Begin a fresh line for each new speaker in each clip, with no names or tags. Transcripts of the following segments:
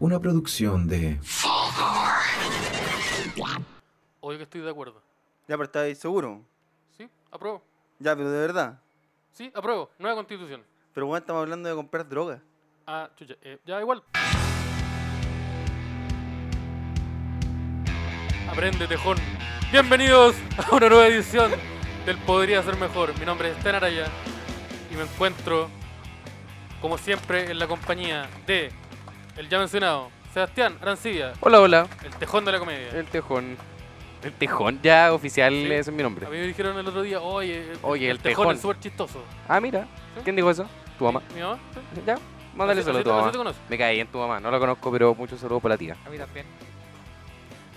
Una producción de...
Obvio que estoy de acuerdo.
Ya, pero estáis seguro.
Sí, apruebo.
Ya, pero de verdad.
Sí, apruebo. Nueva constitución.
Pero bueno, estamos hablando de comprar droga.
Ah, chucha. eh, ya igual. Aprende, tejón. Bienvenidos a una nueva edición del Podría Ser Mejor. Mi nombre es Stan Araya y me encuentro, como siempre, en la compañía de el ya mencionado Sebastián Arancibia,
Hola, hola.
el tejón de la comedia.
El tejón. El tejón ya oficial,
Sí.
ese es mi
A
nombre.
mí me dijeron el otro día, oye,
Oye, el
tejón,
tejón.
es súper chistoso.
Ah, mira.
¿Sí?
¿Quién dijo eso? Tu mamá. Ah,
¿Mi mamá? Sí.
Ya, mándale
Así-
saludo a
así
tu
te- así
mamá.
te conozco.
Me cae en tu mamá. No la conozco, pero muchos saludos para la tía.
A mí también.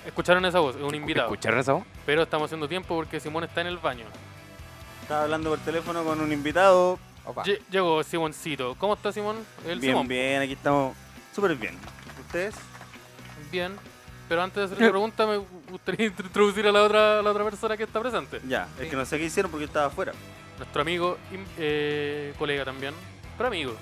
Escucharon esa voz, es un invitado.
¿Escucharon esa voz?
Pero estamos haciendo tiempo porque Simón está en el baño.
Estaba hablando por teléfono con un invitado.
Opa.
Lle- Llegó Simoncito. ¿Cómo está Simón? El
bien,
Simón.
bien, aquí estamos súper bien. ¿Ustedes?
Bien. Pero antes de hacer la pregunta, me gustaría intro- introducir a la otra, a la otra persona que está presente.
Ya, es que no sé qué hicieron porque yo estaba afuera.
Nuestro amigo, im- eh, colega también. Pero amigo.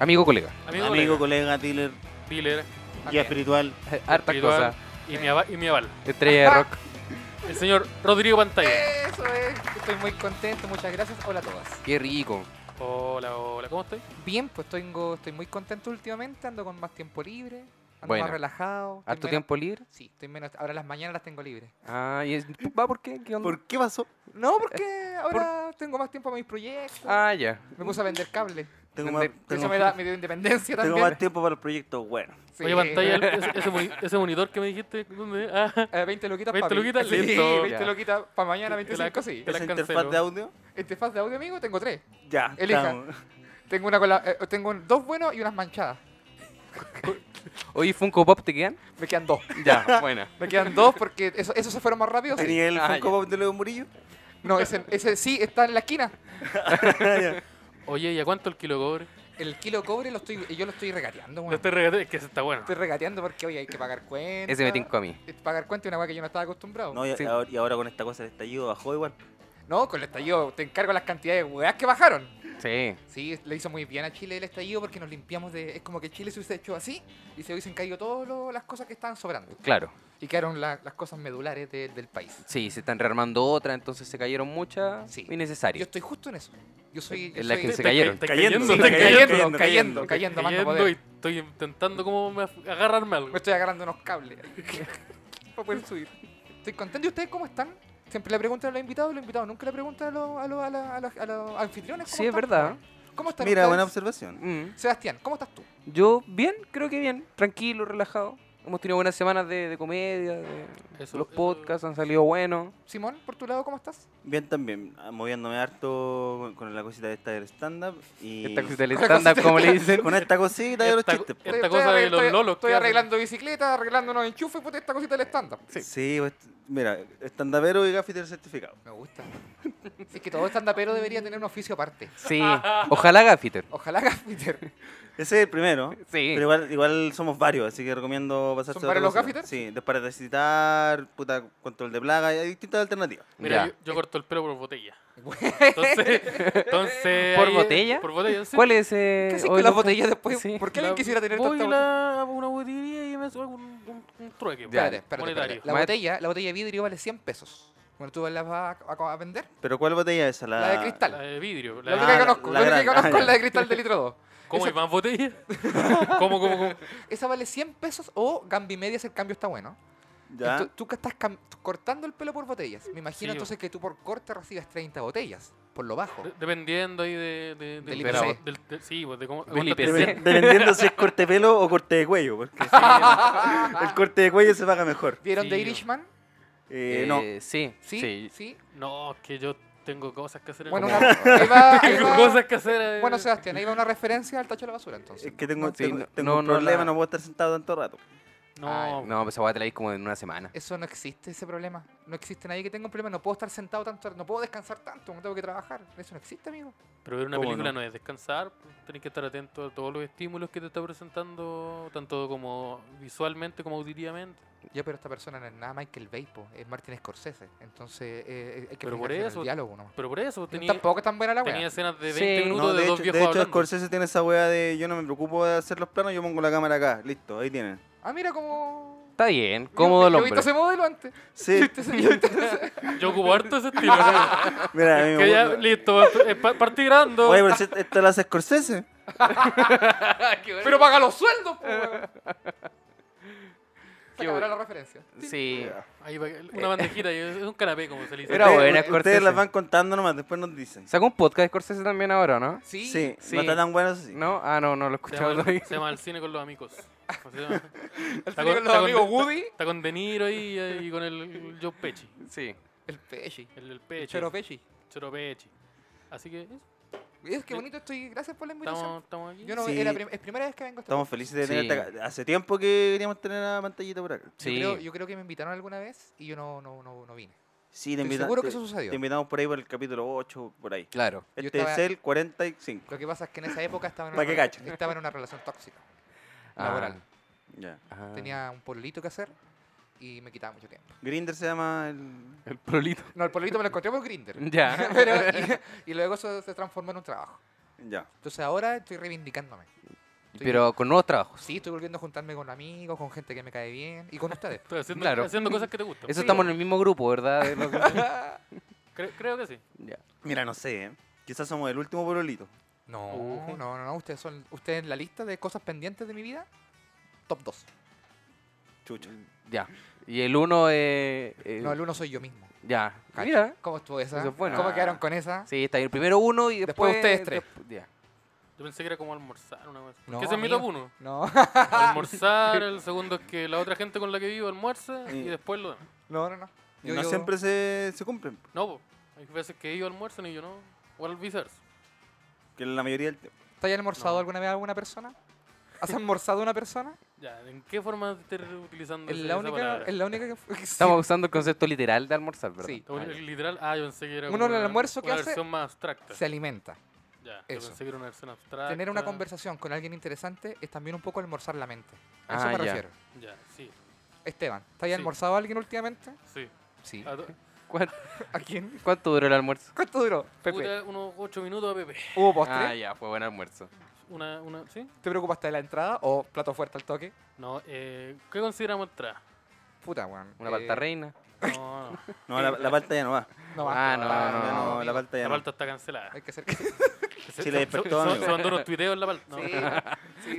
Amigo, colega.
Amigo, colega,
Amigo, colega, dealer,
dealer,
guía
También.
espiritual.
Harta
espiritual
cosa.
y mi, ava- y mi aval.
Estrella de rock.
El señor Rodrigo Pantalla.
Eso es. Estoy muy contento. Muchas gracias. Hola a todas.
Qué rico.
Hola, hola, ¿cómo estás?
Bien, pues tengo, estoy muy contento últimamente. Ando con más tiempo libre. Ando
Buena.
más relajado. estoy
¿Harto
menos-
tiempo libre?
Sí, estoy menos. Ahora las mañanas las tengo libres.
Ah, ¿y es- ¿Va por qué? ¿Qué onda?
¿Por qué pasó?
No, porque ahora tengo más tiempo para mis proyectos.
Eh, Ah, ya.
Me puse a vender cable.
Tengo más,
Donde-
Ah, tengo,
Eso me, da, me dio independencia
tengo
también.
más tiempo para el proyecto. Bueno,
Sí.
Oye, Pantalla, el- ese, ese moni- ese monitor que me dijiste, ¿dónde? es? Ah,
Eh, 20 loquitas
20
para
luquitas,
sí,
listo.
20
Ya.
loquitas para mañana,
Te la-
25, sí.
te la
esa
cancelo.
interfaz de audio,
Interfaz de audio, amigo, tengo tres.
ya.
Elija.
estamos.
Tengo, una con la- eh, tengo dos buenos y unas manchadas.
Oye, Funko Pop, ¿te quedan?
Me quedan dos.
Ya, buena.
Me quedan dos porque eso- esos se fueron más rápidos. sí.
¿Tenía el
Ah,
Funko
ya.
Pop de Leo Murillo?
No, ese, ese sí está en la esquina.
Ya.
Oye, ¿y a cuánto el kilo de cobre?
El kilo de cobre lo estoy, yo lo estoy regateando,
No
weón.
te regatees, es que ese está bueno.
Estoy regateando porque hoy hay que pagar cuenta.
Ese me tincó a mí.
Es Pagar cuenta es una weá que yo no estaba acostumbrado. No,
No, y,
Sí.
ahora, y ahora con esta cosa del estallido bajó igual.
con el estallido te encargo las cantidades de weas que bajaron.
Sí.
Sí, le hizo muy bien a Chile el estallido porque nos limpiamos de. Es como que Chile se hubiese hecho así y se hubiesen caído todas las cosas que estaban sobrando.
Claro.
Y quedaron la- las cosas medulares de- del país.
Sí, se están rearmando otra, entonces se cayeron muchas.
Sí. Yo
Innecesarias.
estoy justo en eso. Yo soy. yo
En la
soy-
que se
Está
cayeron.
está
Cayendo,
está
estoy cayendo,
cayendo,
cayendo,
cayendo,
cayendo, cayendo, más no
cayendo
poder.
y estoy intentando como me af- agarrarme algo.
Pues,
Me estoy agarrando unos cables para poder subir. Estoy contento. ¿Y ustedes cómo están? Siempre le preguntan a los invitados, los invitados nunca le preguntan a los, a los, a la- a los- a los anfitriones. ¿cómo
Sí, es
están,
verdad.
weón? ¿Cómo están
Mira,
ustedes?
buena observación.
Mm.
Sebastián, ¿cómo estás tú?
Yo bien, creo que bien, tranquilo, relajado. Hemos tenido buenas semanas de, de comedia, de
Eso-
los
eso-
podcasts han salido buenos.
Simón, por tu lado, ¿cómo estás?
Bien también, ah, moviéndome harto con, con la cosita esta del stand-up y
Esta cosita del stand-up, como le dicen. eh,
con esta cosita de los
Esta-
chistes. po.
Esta
Estoy-
cosa
estoy
de
arregl-
los
estoy-
lolos
Estoy
que hacen.
arreglando bicicletas, arreglando unos enchufes, puta, esta cosita del estándar.
Sí, pues, mira, estandapero y gaffiter certificado.
Me gusta. es que todo estandapero debería tener un oficio aparte.
Sí, ojalá Gaffiter.
Ojalá Gaffiter.
Ese es el primero.
Sí,
Pero igual, igual somos varios, así que recomiendo pasarse
¿Son
a otra
varios los
cosa.
gaffiters?
Sí, desparasitar, puta, control de plaga, hay distintas alternativas.
Mira,
Ya.
yo, yo corto el pelo por botella. Entonces, entonces
¿Por
ahí-
botella?
Por botella, sí.
¿cuál es eh,
Casi
hoy
que las
nunca-
botellas después.
Sí.
¿Por qué alguien
La-
quisiera tener
Voy
tanta
a
botella?
la- a una botella y me hago un, un, un trueque pues,
Espérate, espérate,
monetario.
espérate. La
Maet-
botella, la botella de vidrio vale 100 pesos. Bueno, tú la vas a, a- a vender.
Pero ¿cuál botella es esa? La,
La de cristal.
La de vidrio.
La
La,
única que
la-
conozco,
la
la única que
grande.
conozco
Ah,
es la de cristal de litro 2.
¿Cómo
esa-
hay más botellas? ¿Cómo, cómo, cómo?
Esa vale 100 pesos o Gambi Media si el cambio está bueno.
Ya.
Tú, tú que estás cam- cortando el pelo por botellas. Me imagino
Sí, Eh,
entonces que tú por corte recibas 30 botellas, por lo bajo.
De- Dependiendo ahí de, de, de-
Del
de la-
IPC.
del- de- sí, pues, de cómo.
Del
cuánto te-
IPC.
Depen- Dependiendo si es corte de pelo o corte de cuello, porque sí,
Ah.
el corte de cuello se paga mejor.
¿Vieron
Sí,
The
yo-
Irishman?
Eh,
Eh,
no,
Sí,
Sí,
sí.
sí.
No, es que yo tengo cosas que hacer. en
Bueno,
el-
una- ahí va- ahí
tengo
va-
cosas que hacer. eh.
bueno, Sebastián, ahí va una referencia al tacho de la basura entonces.
es que tengo,
no, sí,
tengo,
no,
tengo
no,
un
no
problema,
la-
no puedo estar sentado tanto rato.
No,
No, pues esa weá te la di como en una semana.
Eso no existe, ese problema. No existe nadie que tenga un problema. No puedo estar sentado tanto, no puedo descansar tanto, no tengo que trabajar. Eso no existe, amigo.
Pero ver una
¿Cómo
película
no?
no? es descansar, pues, tenés que estar atento a todos los estímulos que te está presentando, tanto como visualmente como auditivamente.
Ya, pero esta persona no es nada Michael Bay, po, es Martin Scorsese. Entonces, eh, hay que
Pero por
fijarse en el
eso-
diálogo nomás.
Pero por eso tenía,
Tampoco es tan buena la wea.
tenía escenas de
Sí.
20 minutos
No,
de,
de,
dos
hecho,
viejos
de hecho,
hablando.
Scorsese tiene esa weá de yo no me preocupo de hacer los planos, yo pongo la cámara acá. Listo, ahí tienen.
Ah, mira cómo...
Está bien, cómodo el
Yo he
hombre.
visto ese modelo antes. Yo he
Sí,
visto ese- yo he visto ese-
Yo ocupo harto ese estilo. ¿no?
mira, a mí me
que ya,
gusta.
listo, eh, pa- partí grabando.
Oye, pero si esta- esta la hace Scorsese.
Pero paga los sueldos, po, weón.
Qué
Se acabará
bueno.
la referencia.
Sí.
Ahí va- una bandejita, y es un canapé, como se le dice.
Era
Ustedes-
buena Scorsese.
Ustedes las van contando nomás, después nos dicen.
Sacó un podcast de Scorsese también ahora, ¿no?
Sí.
Sí,
sí.
no está tan bueno así.
¿No? Ah, no, no lo he
se,
escuchado
llama,
todavía.
se llama El cine con los amigos. ¿Cómo se llama?
El
Está
cine
con-
con los
está con-
amigos Woody.
Está con De Niro ahí eh, y con el, el Joe Pesci.
Sí.
El Pechi.
El, el Pesci.
El Choro Pechi.
Choro Pesci. Así que eso,
Es que bonito estoy. Gracias por la invitación.
estamos, estamos aquí.
Yo no,
Sí.
es, la prim- es primera vez que vengo a este esta
Estamos felices de
Sí.
tenerte acá. Hace tiempo que queríamos tener a pantallita por acá.
Yo,
Sí.
creo, yo creo que me invitaron alguna vez y yo no, no, no, no vine.
Sí, te,
Estoy
invita-
seguro que
te-
eso sucedió.
te invitamos por ahí por el capítulo 8, por ahí.
Claro.
Yo
Este
estaba-
es el 45.
Lo que pasa es que en esa época estaba en
Pa'
una,
que
rela-
cachen.
estaba en una relación tóxica,
Ah.
laboral.
Ya.
Ah.
Tenía un pololito que hacer y me quitaba mucho tiempo.
Grinder se llama el...
Ah, El prolito.
No, el pololito me lo encontré por Grinder.
Ya.
y, y luego eso se transformó en un trabajo.
Ya.
Entonces ahora estoy reivindicándome.
Pero con nuevos trabajos.
Sí, estoy volviendo a juntarme con amigos, con gente que me cae bien y con ustedes.
Estoy haciendo,
Claro.
haciendo cosas que te gustan.
Eso estamos en el mismo grupo, ¿verdad? De lo que-
Cre- creo que sí.
Ya.
Mira, no sé, ¿eh? Quizás somos el último pueblito.
No,
Uh.
no, no, no, ustedes son ustedes en la lista de cosas pendientes de mi vida, top 2.
Chucha.
Ya. Y el uno eh, eh,
No, el uno soy yo mismo.
Ya.
Cacha.
Mira.
¿Cómo estuvo esa?
Eso es bueno.
¿Cómo
Ah.
quedaron con esa?
Sí, está ahí el primero uno y
Después
después...
ustedes tres.
dep- ya.
Yo pensé que era como almorzar una vez.
No,
que ese es mi
amigo.
top uno.
No,
Almorzar, el segundo es que la otra gente con la que vivo almuerza y
Sí.
después lo demás.
no, no. No,
Y
Yo-
no
yo-
siempre se, se cumplen,
No, po. hay veces que ellos almuerzan y yo no. O al viceversa.
que la mayoría del tiempo.
¿Te has almorzado
No.
alguna vez a alguna persona? ¿Has almorzado a una persona?
Ya, ¿en qué forma estar utilizando
Es
ese-
la
esa
única,
palabra?
es la única que fue-
Estamos usando el concepto literal de almorzar, ¿verdad?
Sí.
Está bueno, es literal, ah, yo pensé que era
Uno
como
en el
una-
almuerzo que
una
hace-
versión más abstracta.
se alimenta.
Ya,
Eso.
yo pensé que era una versión abstracta.
Tener una conversación con alguien interesante es también un poco almorzar la mente. A eso
Ah,
me
ya.
refiero.
Ya, sí,
Esteban, ¿te has
Sí.
almorzado a alguien últimamente?
sí.
Sí.
A to-
¿Cuánto,
¿A quién?
cuánto duró el almuerzo?
¿Cuánto duró? Pepe.
puta, unos 8 minutos a Pepe.
¿Hubo postre?
Ah, ya, fue buen almuerzo.
Una, una, ¿sí?
¿Te preocupaste de la entrada o plato fuerte al toque?
No, eh, ¿qué consideramos entrada?
Puta, weón.
Una
Eh,
palta reina.
No, no.
No, la, la palta ya no va.
No
Ah,
basta,
no,
basta,
no,
Ya
no,
no,
amigo.
la palta ya
La
no.
palta está cancelada.
Hay que ser.
Sí, la despertó,
Se- se-
amigo.
Se mandó unos tuiteos en la palta. No. Se
Sí.
mandó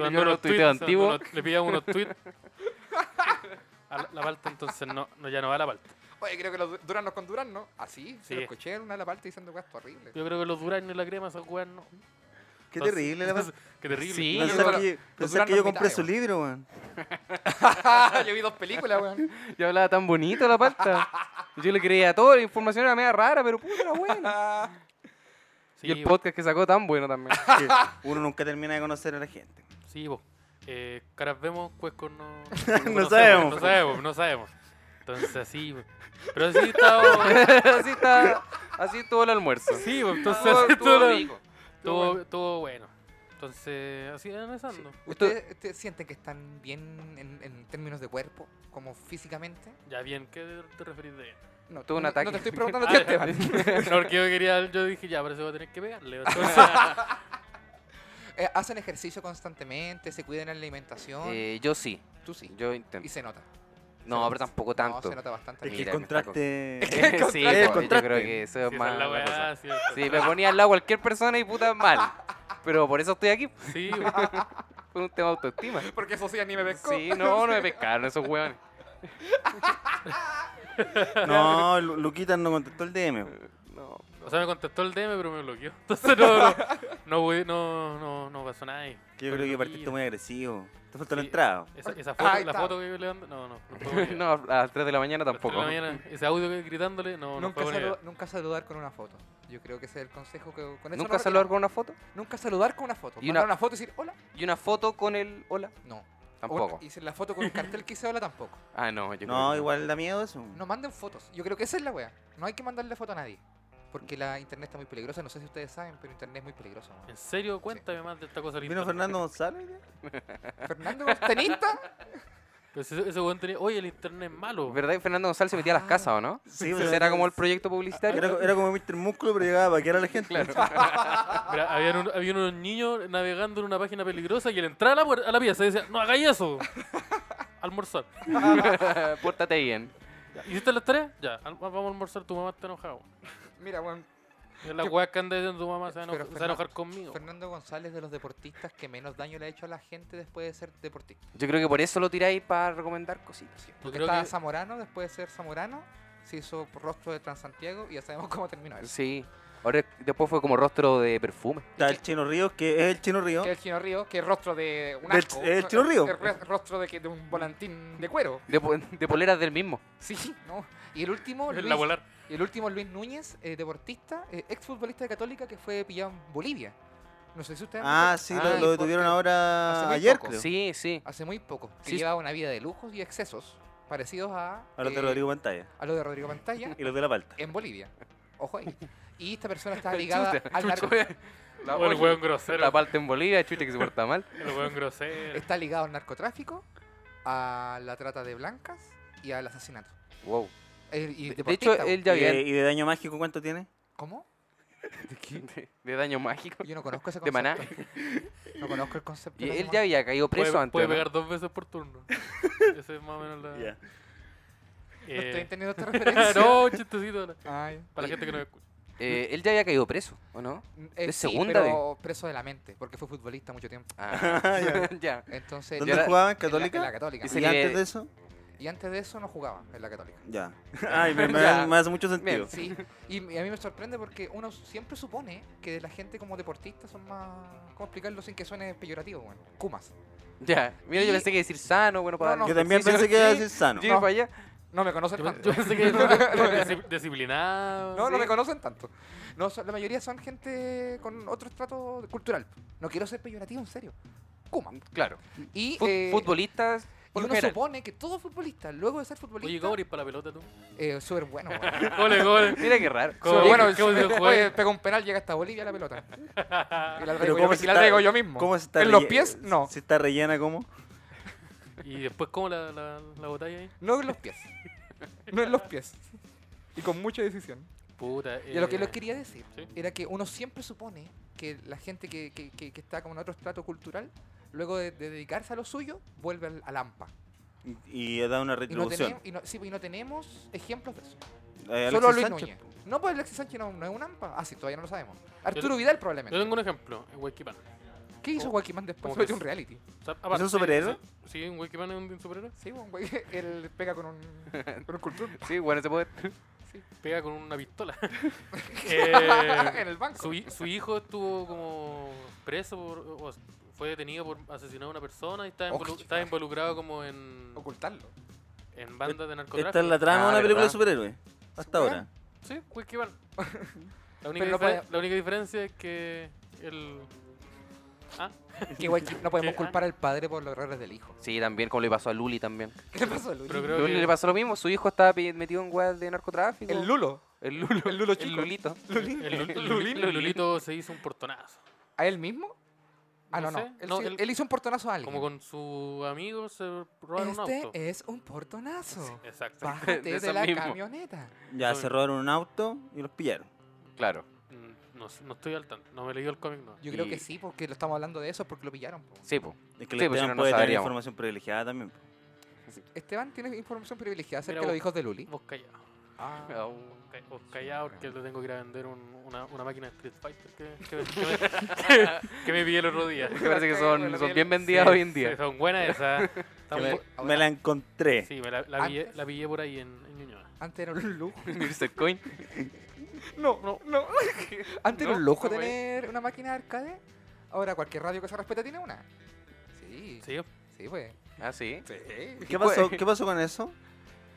Yo
unos
los tuiteos
tuits, se mandó
antiguos.
unos- Le pillamos unos tweets. A la, la palta entonces no, no, ya no va a la palta.
Oye, creo que los duranos con duran, ¿no? Así, se
Sí.
lo escuché en una de la parte diciendo weas horribles.
Yo creo que los duraznos y la crema, esas weas no.
Qué
Entonces-
terrible la palta.
Qué terrible.
Sí.
Pensar
pero-
que,
los
pensar que yo
duranos
compré
mitad,
su
weón.
libro, weón.
Yo vi dos películas, weón.
Yo hablaba tan bonito la palta. Yo le creía todo, la información era media rara, pero puta, era buena.
Sí,
y el
po.
podcast que sacó tan bueno también.
Que uno nunca termina de conocer a la gente.
Sí, vos. Eh, caras vemos, cuescos no. No,
sabemos.
No sabemos, no sabemos. Entonces, así. po. Pero sí, estaba.
así está, así estuvo el almuerzo.
Sí, po, entonces.
Estuvo-
así
estuvo
todo lo-
rico.
Estuvo bueno. Estuvo bueno. Entonces, así analizando.
¿Ustedes, ustedes sienten que están bien en, en términos de cuerpo? Como físicamente.
Ya bien, ¿qué te referís de bien?
No,
Tuve un
no-
ataque.
No te estoy preguntando a
Ah,
ti,
ya.
Esteban.
No, porque yo quería, yo dije, ya, pero se va a tener que pegarle. Entonces,
Eh, ¿Hacen ejercicio constantemente? ¿Se cuidan en la alimentación?
Eh, yo sí,
Tú sí.
yo
Y
intento.
se nota.
No, pero tampoco tanto.
No, se nota bastante.
Es que
Mira,
el
me está
contraste.
sí,
El
po, yo
contraste.
creo que eso es
sí, esa
más.
es la
la cosa.
weá, cierto.
Sí, me ponía al lado cualquier persona y puta mal. Pero por eso estoy aquí,
Sí, po.
por un tema de autoestima.
Porque eso sí, ni me pescó.
Sí, no, no me pescaron esos hueones.
No, Lu- Luquitas no contestó el DM. weón.
No.
o sea, me contestó el DM, pero me bloqueó. Entonces, no, no, no, pude- no, no, no pasó nada. ahí.
Que yo creo que partiste muy agresivo. Te faltó la
Sí.
entrada.
Esa, esa foto,
Ahí
la
está.
foto que yo le mando, no, no. No, fue buena idea.
No, a las 3 de la mañana
A las Oh, tres
tampoco.
de la mañana, ese audio que gritándole, no, no
nunca,
fue buena idea.
salu- nunca saludar con una foto. Yo creo que ese es el consejo que. Con eso
Nunca
no
saludar
retiramos.
con una foto.
Nunca saludar con una foto.
Y
Mandar
una-
una foto y decir hola.
Y una foto con el hola.
No.
Tampoco.
O- Y si la foto con el cartel que hice hola tampoco.
Ah, no, yo creo
No,
que
igual da miedo eso.
No manden fotos. Yo creo que esa es la wea. No hay que mandarle foto a nadie. Porque la internet está muy peligrosa. No sé si ustedes saben, pero internet es muy peligroso. weón.
¿En serio? Cuéntame más de esta cosa. del
¿Vino
internet.
Fernando González?
Fernando Costanita
Pues ese, ese weón tenía. Oye, el internet es malo.
¿Verdad que Fernando González se metía a las casas o no?
Sí,
Ese era como el proyecto publicitario.
Era, era como Mr. Músculo, pero llegaba para era la gente.
Mira, habían un- habían unos niños navegando en una página peligrosa y al entrar a la, puer- a la pieza decía: No hagáis eso. Almorzar.
Pórtate bien.
Ya, ¿Hiciste las tareas? Ya, al- vamos a almorzar. Tu mamá está enojada. weón.
Mira, weón,
Es La
Qué-
weá que anda diciendo tu mamá se va, a eno-
Pero
se va a
Fernando-
enojar conmigo.
Fernando González de los deportistas que menos daño le ha hecho a la gente después de ser deportista.
Yo creo que por eso lo tiráis para recomendar cositas.
Porque
creo
estaba
que-
Zamorano, después de ser Zamorano, se hizo rostro de Transantiago y ya sabemos cómo terminó eso.
Sí. Ahora después fue como rostro de perfume.
Está el Chino Ríos, que es el Chino Ríos.
Que el Chino Río, que es rostro de un
Del-
asco.
eh, el Chino Río.
Es re- rostro de, que- de un volantín de cuero.
De, po- de poleras del mismo.
Sí, no. Y el último,
Es
Luis,
la volar.
y el último Luis Núñez, eh, deportista, eh, exfutbolista de Católica que fue pillado en Bolivia. No sé si ustedes han
Ah,
visto-
sí,
Ah,
lo,
y
lo
porque
detuvieron
hace
ahora
muy
ayer,
poco.
creo.
Sí, sí.
Ah,
Hace muy poco. Que
Sí.
llevaba una vida de lujos y excesos parecidos a...
A los de
eh,
Rodrigo Pantalla
A lo de Rodrigo Pantalla.
y los de La Palta.
Eh,
en Bolivia. Ojo ahí. Y esta persona está ligada al narco-
La,
O el weón grosero.
la parte en Bolivia, chucha que se porta mal.
El weón grosero.
está ligado al narcotráfico, a la trata de blancas y al asesinato.
Wow.
Eh, y
De- De
deportista,
hecho,
güey.
él
¿Y
ya
de,
había.
Eh, y de daño mágico cuánto tiene?
¿Cómo?
De, de daño mágico.
Yo no conozco ese
De
concepto.
Maná.
No conozco el concepto.
Y
de
él
Maná.
ya había caído preso
Puede,
antes.
puede
¿no?
pegar dos veces por turno. Ese es más o menos la.
Ya.
No estoy
Eh,
entendiendo esta referencia.
no, un chistecito la-
Ay.
para la gente que no escucha.
Eh, él ya había caído preso, ¿o no?
Eh,
Es
sí,
segunda
pero preso de la mente, porque fue futbolista mucho tiempo.
Ah,
Ya.
ya.
Entonces,
¿Dónde
en la-
jugaban?
en la-
¿Católica?
En la Católica.
Dice
¿Y
que-
antes de eso?
Y antes de eso no jugaba en la Católica.
Ya. Ay, me, me-
Ya.
me hace mucho sentido.
Bien.
Sí, y, y a mí me sorprende porque uno siempre supone que la gente como deportista son más... ¿Cómo explicarlo sin que suene peyorativo, bueno? Kumas.
Ya. Mira, yo
Y-
pensé que decir sano, bueno, para.
No, no.
darle
Yo también
ejercicio,
pensé que iba a
pues, sí.
decir sano.
Sí, para allá.
No me conocen
Yo, pe-
tanto.
yo pensé que Disci- disciplinado.
No, no
sí.
me conocen tanto. No, son- la mayoría son gente con otro estrato cultural. No quiero ser peyorativo, en serio. Kuma.
Claro.
Y,
Fut-
eh,
Futbolistas.
y
Por lo
uno
general.
supone que todo futbolista, luego de ser futbolista,
Oye, ¿cómo eres para la pelota tú?
eh, súper bueno. weón.
Gole, gole.
Mira qué raro.
¿Cómo?
Súper bueno,
¿Qué vos decís,
oye,
juez?
pega un penal, llega hasta Bolivia la pelota. Y la traigo,
¿cómo
yo,
se
y
está-
la traigo yo mismo.
¿Cómo se está
¿En los
relle-
pies? No.
¿Se está rellena cómo?
Y después, ¿cómo la, la, la batalla ahí?
No en los pies. No en los pies. Y con mucha decisión.
Puta.
Y lo que
eh,
les quería decir
sí.
era que uno siempre supone que la gente que, que- que- que está como en otro estrato cultural, luego de, de dedicarse a lo suyo, vuelve al, al AMPA.
Y- Y da una
Y no,
retribución.
tenemos, y, no, sí, pues, y no tenemos ejemplos de eso.
Eh,
Solo
Alexis
Luis
Sánchez.
Núñez. No, pues Alexis Sánchez no, no es un AMPA. Ah, sí, todavía no lo sabemos. Arturo Vidal probablemente.
Yo tengo un ejemplo, en Wikipan.
¿Qué hizo Joaquín
como
después? Se metió
que
un reality.
O sea, aparte-
un superhéroe?
Sí, sí, en Wikipan es un superhéroe.
Sí, pues, un güey, él pega con un, con un
Eh,
cultón
Sí, bueno, se puede.
Pega con una pistola. Eh,
en el banco.
su, hi- su hijo estuvo como preso, por, o s- fue detenido por asesinar a una persona y está,
Oh,
involu-
qué
está involucrado como en,
Ocultarlo.
en bandas de
Esta
narcotráfico.
es la trama de
Ah,
una película de
¿verdad?
superhéroes. Hasta
Bueno.
ahora.
Sí, Wikipan. La única,
no
difer-
puede-
la única diferencia es que el... Ah,
Que Joaquín- no podemos
¿Qué?
culpar al padre por los errores del hijo.
Sí, también, como le pasó a Luli también.
¿Qué le pasó a Luis?
pero creo
Luli
que...
le pasó lo mismo. Su hijo estaba pe- metido en weas de narcotráfico.
El Lulo.
El Lulo.
El Lulo
El
chico.
Lulito.
Lulín.
El, Lul- el
Lulín.
Lulín- el Lulito se hizo un portonazo.
¿A él mismo? Ah, no,
No
no.
sé.
Él,
No,
sí-
él-
él hizo un portonazo a alguien.
Como con su amigo se robaron un
este
auto.
es un portonazo.
Exacto.
Bájate
De
de,
eso
la
mismo.
camioneta.
Ya
Soy-
se robaron un auto y los pillaron.
Claro.
Mm, No, sé, no estoy al tanto, no me he leído el cómic, no.
Yo creo
Y-
que sí, porque lo estamos hablando de eso, porque lo pillaron. po.
Sí, po.
Es que
Sí,
la
pues si no, no
puede tener
sabríamos.
información privilegiada también.
Esteban tiene información privilegiada
Mira
acerca de los
vos.
hijos de Luli.
Vos callado.
Ah.
Vos ca- Vos callado porque le tengo que ir a vender un- una, una máquina de Street Fighter que, que, que me, que- que me pillé el otro día.
Me parece que
Bueno,
son, son
bien-
bien vendidas hoy en
Sí,
día.
son buenas esas. Están
Que me,
bu-
ahora-
me la encontré.
Sí, me la, la pillé,
Antes-
la pillé por ahí en, en Ñuñoa.
Antes era un lujo.
Mr. Coin.
No, no, no. Antes era
No,
un lujo
no, güey.
tener una máquina de arcade. Ahora cualquier radio que se respeta tiene una. Sí, sí,
Sí,
pues.
Ah, sí.
Sí.
¿Qué pasó, ¿Qué pasó con eso?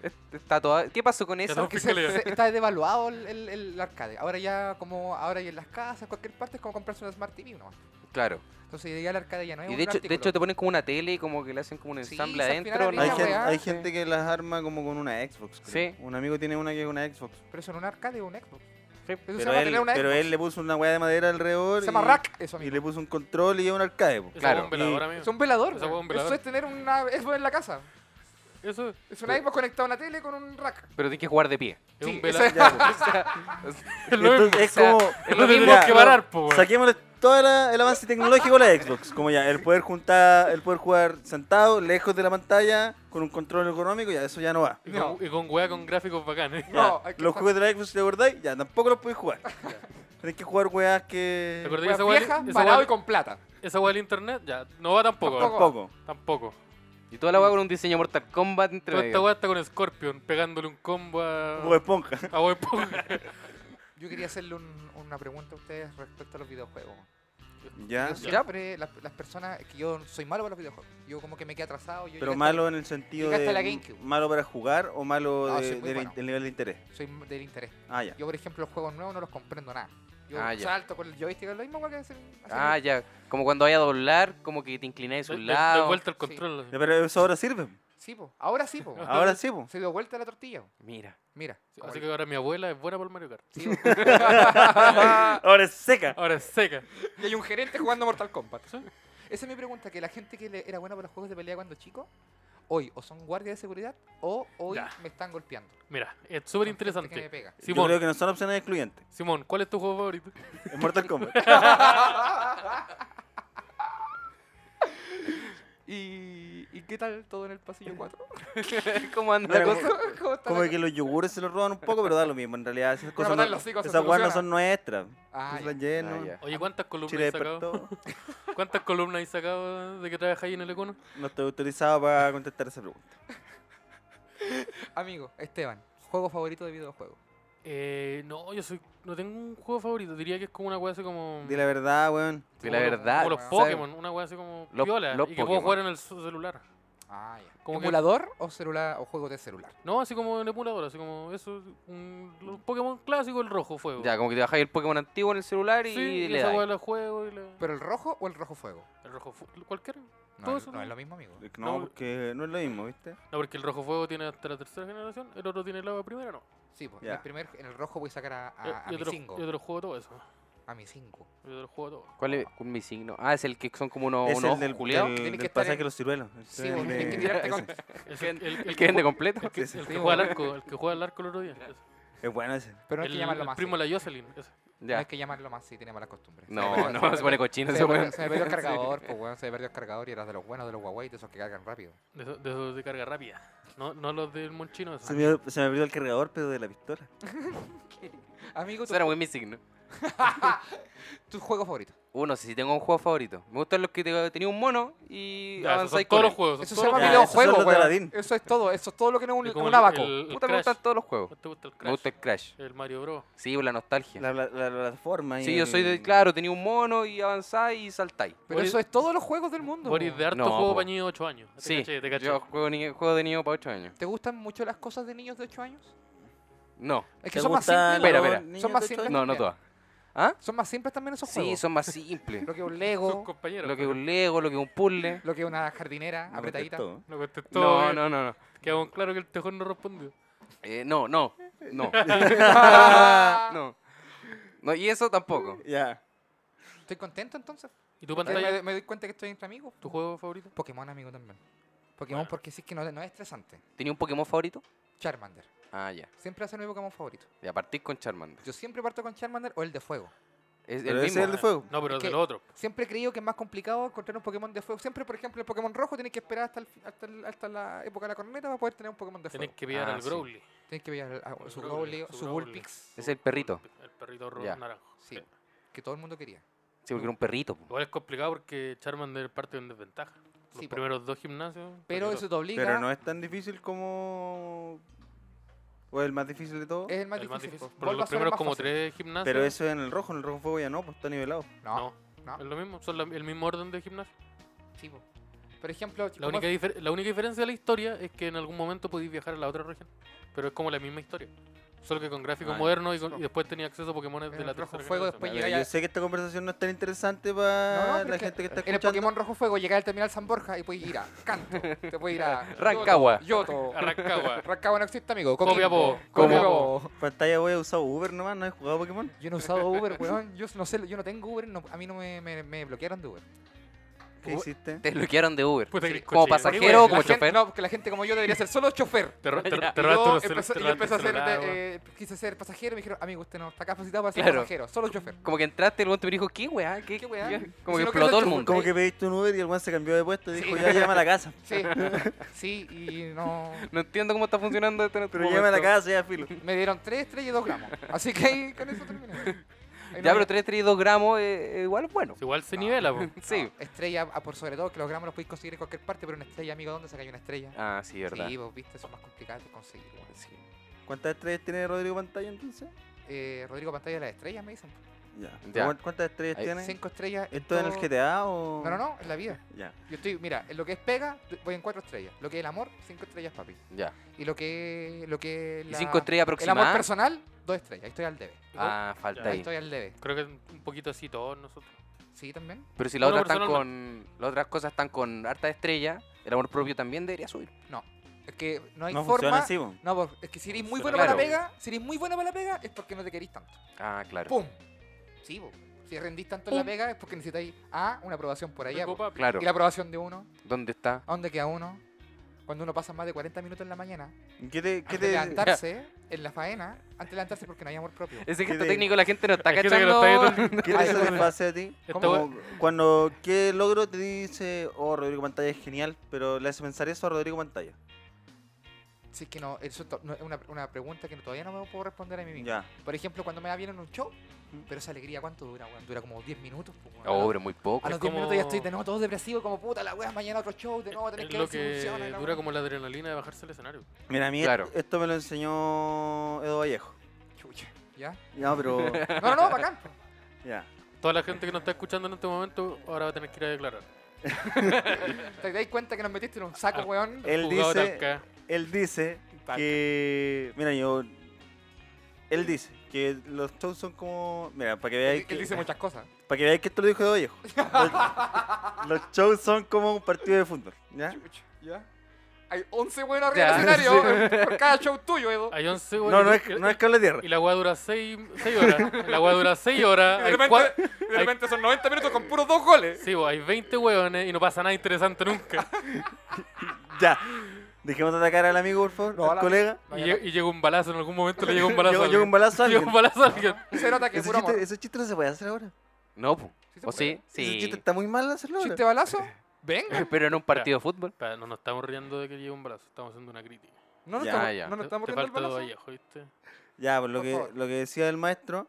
Este Está toda... ¿Qué pasó con eso?
no-
Porque se,
Fíjale.
se- está devaluado el, el- el arcade. Ahora ya como ahora ya en las casas, cualquier parte es como comprarse una Smart TV nomás.
Claro.
Entonces ya el arcade ya no es
Y
un
de hecho, de
artículo.
hecho te ponen como una tele y como que le hacen como un
Sí,
ensamble
si al final
adentro.
Una
Hay,
habría
gen-
weá,
hay
sí.
gente que las arma como con una Xbox. creo.
Sí.
Un amigo tiene una que es una Xbox.
Pero eso en un arcade o un Xbox.
Sí,
Eso se
Pero,
llama
él,
tener una
pero
Xbox.
él le puso una weá de madera alrededor.
se llama
y-
rack, eso
Y
amigo.
le puso un control y un arcade. po.
Esa fue
Claro.
un velador, amigo.
Es un velador.
Esa
güey.
hueá es un velador.
Eso es tener una Xbox en la casa.
Eso es.
Es una Xbox conectada a una tele con un rack.
Pero tienes que jugar de pie.
Es
Sí,
un
eso
velar.
es-
Ya, pues.
O
Es
sea,
lo mismo.
Entonces, es
o sea,
como.
es lo mismo
Mira,
que parar, po, weón.
Saquémosle todo la- el avance tecnológico a la Xbox. Como ya, el poder juntar, el poder jugar sentado, lejos de la pantalla, con un control económico, ya eso ya no va.
Y
No.
con, y con weá con gráficos bacanes.
Ya,
No, hay que
los
jugar-
juegos de la Xbox, ¿te acordáis? Ya, tampoco los podéis jugar. Tenés que jugar weas
¿Te
que.
acordás de
Weas
esa weá?
viejas,
esa
parado
weá-
y con plata.
Esa weá del internet, ya. No va tampoco. ¿eh?
Tampoco.
Tampoco.
Tampoco.
y toda la weá con un diseño Mortal Kombat entre
Toda esta
medio.
weá está con Scorpion, pegándole un combo a.
Como esponja.
a Bob Esponja.
Yo quería hacerle un- una pregunta a ustedes respecto a los videojuegos.
Ah, Ya.
Yo siempre, las, las personas, es que yo soy malo para los videojuegos. Yo como que me quedé atrasado. Yo
Pero
llegué
malo en el sentido
Llegaste
de.
a la GameCube.
Malo para jugar o malo
No,
de-
soy muy
del-
bueno.
del nivel de interés.
hasta- Soy del interés.
Ah, ya.
Yo, por ejemplo, los juegos nuevos no los comprendo nada. Yo
Ah, ya.
salto con el joystick, es lo mismo que hacer. hacer-
Ah, ya. Como cuando vaya a doblar, como que te inclináis a
Doy-
un
doy- doy
lado.
vuelta al control.
Ya, Pero eso ahora sirve.
Sí, po. Ahora sí, po.
Ahora sí, po.
Se dio vuelta la tortilla. po.
Mira.
Mira.
Sí,
como
Así
el-
que ahora mi abuela es buena por Mario Kart.
sí, po. Ah.
Ahora es seca.
Ahora es seca.
y hay un gerente jugando Mortal Kombat.
Sí.
Esa es mi pregunta, que la gente que le- era buena para los juegos de pelea cuando chico, hoy o son guardias de seguridad o hoy
Ya.
me están golpeando.
Mira, es súper
Son gente Que me
interesante.
pega.
Yo
Simón,
creo que no son opciones excluyentes.
Simón, ¿cuál es tu juego favorito?
Es Mortal Kombat.
¿Y, ¿Y qué tal todo en el pasillo 4?
¿Cómo anda
Mira,
la cosa?
¿Cómo está
Como
la
que los yogures se los roban un poco, pero da lo mismo. En realidad, esas cosas
patada en
no,
los hocicos se
esas guardas no
soluciona.
son nuestras.
cosa? Ah,
Esas
ya.
las llenan.
Ah, ya.
Oye, ¿cuántas columnas
Chile
has sacado?
despertó.
¿Cuántas columnas has sacado de que trabajáis en el Econo?
No estoy autorizado para contestar esa pregunta.
Amigo, Esteban, juego favorito de videojuego.
Eh, no, yo soy, no tengo un juego favorito. Diría que es como una weá así
Mm.
como.
Di la verdad, weón.
De la
Como los-
verdad.
como los
weón.
Pokémon, una weá así como
Los-
viola.
los
y que puedo
Pokémon.
jugar en el su- celular.
Ah, ya.
Como que-
¿Emulador o, celular, o juego de celular?
No, así como en emulador, así como eso. Un, un Pokémon clásico, el rojo fuego.
Ya, como que te bajáis el Pokémon antiguo en el celular y
sí, y
le
esa weá
dais.
la juego y la.
¿Pero el rojo o el rojo fuego?
El rojo fuego, cualquiera. Todo
No, es,
eso
no
no.
es lo mismo, amigo.
No,
No.
porque no es lo mismo, ¿viste?
No, porque el rojo fuego tiene hasta la tercera generación, el otro tiene la primera, no. Eh,
Sí, pues
Ya.
en, el primer, en el rojo voy a sacar a, a,
Yo-
Ah, a
yo,
mi
te lo,
5.
yo te lo juego todo eso.
A mi 5.
Yo te lo juego todo.
¿Cuál es con mi signo? Ah, es el que son como unos
es
unos
el
ojos
del,
culiados.
del-
Tiene que
del
estar
pasaje
en-
de los ciruelos. El
Sí,
tren
vos
de-
tenés que tirarte con...
El,
que-
el- el
El
que
que vende
ju-
completo.
el que-
Sí, sí.
el que
Sí,
juega al
bueno.
arco, el que juega al arco el otro día. ese.
Es bueno ese.
Pero no hay
el,
que llamarlo
el
más.
primo
así.
de la Jocelyn. ese.
No hay
Ya.
que llamarlo más, sí, tiene malas costumbres. Se me
No,
perdió-
no, se pone cochino
Se
ese
me
weón.
perdió- se me perdió el
Sí.
cargador, pues weón, se me perdió el cargador y eras de los buenos de los Huawei, de esos que cargan rápido.
De esos de, esos de carga rápida. No, no los del monchino. esos.
Ah,
Se me, se me abrió el cargador, pero de la pistola.
Amigo,
Eso
tu,
era muy mi signo.
tu juego favorito.
Uno, si tengo un juego favorito. Me gustan los que te- tenía un mono
Ya,
y
esos son
avanzáis con
todos los
él.
juegos. son
Eso se
todos los
llama
juegos.
juegos. Ya, esos son
videojuego,
los de
weón.
Aladín.
Eso es todo, eso es todo lo que no es
Y
un,
como
un
el-
abaco.
el- el
Puta, me gustan
Crash.
todos los juegos.
¿No te gusta el Crash?
Me gusta el Crash.
el Mario Bros.
Sí, por la nostalgia.
La, la, la, la plataforma. y
Sí, yo soy de,
el-
claro, tenía un mono y avanzáis y saltáis.
Pero
Boris-
eso es todos los juegos del mundo.
Boris de
weón.
harto
No,
juego
po.
para niños de 8 años. Te
Sí,
caché, te caché.
yo juego, ni- juego de niño para 8 años.
¿Te gustan mucho las cosas de niños de 8 años?
No,
Es que
¿Te
son más
gustan
simples.
Espera,
los
espera.
niños
Son más
de ocho
simples.
años?
no, no todas. ¿Ah?
Son más simples también esos
Sí,
juegos.
son más simples.
Lo que es un
Sus
Lego,
compañeros.
Lo que un Lego, lo que un puzzle.
lo que es una jardinera
No,
apretadita.
contestó, ¿eh?
No contestó.
No,
eh.
no, no, no.
Quedamos claro que el tejón no respondió.
Eh, no, no, no. no. No, y eso tampoco.
Ya.
Estoy contento entonces.
¿Y tu
Ya Me,
pantalla?
me doy cuenta que estoy entre amigos.
¿Tu juego favorito?
Pokémon, amigo, también. Pokémon, porque sí es que no, no es estresante.
¿Tenía un Pokémon favorito?
Charmander.
Ah, ya.
Siempre hace mi Pokémon favorito.
Ya partís con Charmander.
Yo siempre parto con Charmander o el de fuego.
Es el
Pero ese
mismo.
es el de fuego.
No, pero
Es
del
que-
otro.
Siempre he creído que es más complicado encontrar un Pokémon de fuego. Siempre, por ejemplo, el Pokémon rojo tenés que esperar hasta, el fi- hasta, el- hasta la época de la corneta para poder tener un Pokémon de
Tenés
fuego.
que pillar
Ah,
al
sí.
Growly.
Tenés que pillar a- a-
El
su
Growly,
Growlio,
su
su
Growlix.
Bullpix.
Es el perrito.
El perrito ro-
Ya.
naranjo.
Sí, que todo el mundo quería.
Sí, porque era un perrito. po.
Igual es complicado porque Charmander parte en desventaja. Los
Sí, po.
primeros dos gimnasios.
Pero eso
peligroso.
te obliga.
Pero no es tan difícil como. O el más difícil de todo.
es el más
El más
difícil.
difícil.
pues.
Porque los
Bulbasaur es
primeros
más
como
fácil.
tres gimnasios.
Pero eso es en el rojo, en el rojo fuego ya no, pues está nivelado.
No,
no,
no.
Es lo mismo. Son la- el mismo orden de gimnasio.
sí, po. Por ejemplo,
La
¿cómo
única,
es-
difer- la única diferencia de la historia es que en algún momento podéis viajar a la otra región. Pero es como la misma historia. Solo que con gráficos
Ah, ya.
modernos y, con-
Sí,
y después tenía acceso a Pokémon de
En
la
el rojo
tercera
fuego
generación.
después
A
llega
ver,
ya-
Yo sé que esta conversación no es tan interesante
No, no,
para
pero
la
es que
gente que está
En el
escuchando.
Pokémon Rojo Fuego llegáis al terminal San Borja y puedes ir a Canto. te puedes ir a
Rancagua.
Yoto.
Arrancagua.
Rancagua no existe, amigo.
Copiapó.
Copiapó.
Pantalla voy a usar Uber nomás, no he jugado Pokémon.
Yo no he usado Uber, weón. Yo no sé, yo no tengo Uber, no- a mí no me, me- me bloquearon de Uber.
¿Qué hiciste?
Te desbloquearon de Uber.
Puta
Sí,
que
como
cochino.
pasajero,
Sí, güey,
como
la gente-
chofer.
no, que la gente como yo debería ser solo chofer.
Te ro- te ro-
Ya.
te
Y
robaste
yo
los celu-
empecé-
te
y yo
robaste
empecé a
el
ser,
celular, weón.
de- eh, quise ser pasajero y me dijeron, amigo, usted no está capacitado para ser
Claro.
pasajero, solo chofer.
Como que entraste, el guante me dijo, ¿qué weá? ¿Qué,
¿Qué weá?
ya, Como que
Si no
explotó
quiero
el
ser
mundo.
Como que pediste un Uber y el weón se cambió de puesto y
Sí.
dijo, ya llama a la casa.
Sí, sí, y no...
No entiendo cómo está funcionando esto en este
Pero llama a la
momento.
casa, ya filo.
Me dieron 3 estrellas y 2 gramos. Así que ahí con eso terminé. Ahí
Ya,
no
pero
había-
3, 3 y 2 gramos eh, eh, igual es bueno.
Igual se
No.
nivela, po.
Sí.
No, estrella, ah, por sobre todo, que los gramos los podéis conseguir en cualquier parte, pero una estrella, amigo, ¿dónde sacáis una estrella?
Ah, sí, verdad.
Sí, vos viste, son más complicados de conseguir. weón.
Sí.
¿Cuántas estrellas tiene Rodrigo Pantalla entonces?
Eh, Rodrigo Pantalla, las estrellas me dicen.
Ya.
Ya.
¿Cuán- ¿Cuántas estrellas
Ahí,
tiene?
5 estrellas.
¿Esto en el
todo-
GTA o...?
No, no, no, en la vida.
Ya.
Yo estoy, mira, en lo que es pega, voy en 4 estrellas. Lo que es el amor, 5 estrellas, papi.
Ya.
Y lo que, lo que es
¿Y
la-
5 estrellas
El amor
aproximadas?
personal, 2 estrellas. Ahí estoy al debe.
Ah, falta
Ya.
Ahí
ahí.
estoy al debe.
Creo que un poquito así todos nosotros.
Sí, también.
Pero si las
Uno
otras están
personal
con. Las otras cosas están con harta estrella, el amor propio también debería subir.
Es que no hay
No funciona
forma.
así, po.
No, por- es que si eres muy
Funciona,
bueno para la
claro.
pega, si eres muy bueno para la pega, es porque no te querís tanto.
Ah, claro.
¡Pum! Sí, po. Si rendís tanto en la
Pum.
pega es porque necesitáis A, una aprobación por allá.
Vengo,
po.
papi.
Claro.
Y la aprobación de uno,
¿Dónde está?
¿a dónde queda uno? Cuando uno pasa más de 40 minutos en la mañana,
¿Qué te...?
antes
¿Qué
de
te...?
levantarse, en la faena, antes de levantarse porque no hay amor propio.
Eh.
Ese gesto
de-
técnico la gente no está
Hay gente que lo está
cachando.
¿Qué te
Ay, bueno.
satisface a ti?
Esta
¿Cómo?
wea-
Como cuando, ¿qué logro te dice, oh, Rodrigo Pantalla es genial, pero le hace pensar eso a Rodrigo Pantalla?
Si es que no, eso to- no- es una, una pregunta que todavía no me puedo responder a mí mismo.
Ya.
Por ejemplo, cuando me va bien en un show, pero esa alegría, ¿cuánto dura, weón? Dura como 10 minutos, po, weón.
Oh, pero muy
A
poco.
los 10
como-
minutos ya estoy de nuevo todo depresivo, como puta la wea, mañana otro show, de nuevo tenés
Es
que
lo
ver si funciona.
que
y la
dura
wea.
como la adrenalina de bajarse al escenario.
Mira, a mí
Claro.
esto, esto me lo enseñó Edo Vallejo.
Chucha, ¿ya?
No, pero...
No, no, no, bacán. po.
ya.
Toda la gente que nos está escuchando en este momento ahora va a tener que ir a declarar.
¿Te dais cuenta que nos metiste en un
Ah.
saco, weón?
Eh,
Él
Juzgado
dice,
Talca.
él dice
Talca.
que... Mira, yo... Él dice que los shows son como... Mira, para que veáis
Él,
que,
él dice muchas cosas.
para que, veáis que esto lo dijo Edo Vallejo. Los, los shows son como un partido de fútbol, ¿ya?
Chucha, ¿ya? Hay 11 buenos arriba del
Ya,
escenario eh, por cada show tuyo, Edo.
Hay 11
No,
weones
no es,
que-
no es cable tierra.
Y la weá dura 6 horas. La weá dura 6 horas.
Y
Hay
de repente,
cua-
y de repente son 90 minutos con puros dos goles.
Sí, bo, hay 20 hueones y no pasa nada interesante nunca.
Ya. Dejemos de atacar al amigo, por favor,
No,
al
al amigo.
colega.
Y, lle- y llega un balazo, en algún momento le llega un balazo.
Yo,
a
yo un balazo a
alguien.
alguien.
Llega un balazo a alguien.
Cero ataque,
Ese
puro amor.
chiste, ese chiste no se puede hacer ahora.
No, po.
Sí se
¿O sí?
puede.
Ese
Sí.
chiste está muy mal hacerlo ahora.
¿Chiste balazo? Venga.
Pero en un partido de fútbol.
Espera, No nos estamos riendo de que llegue un balazo, estamos haciendo una crítica.
No nos
Ya,
estamos,
ya.
No nos
Te-
estamos
te
riendo el
falta
balazo.
Vallejo, ¿viste?
Ya, pues lo
Por
que,
favor.
lo que decía el maestro.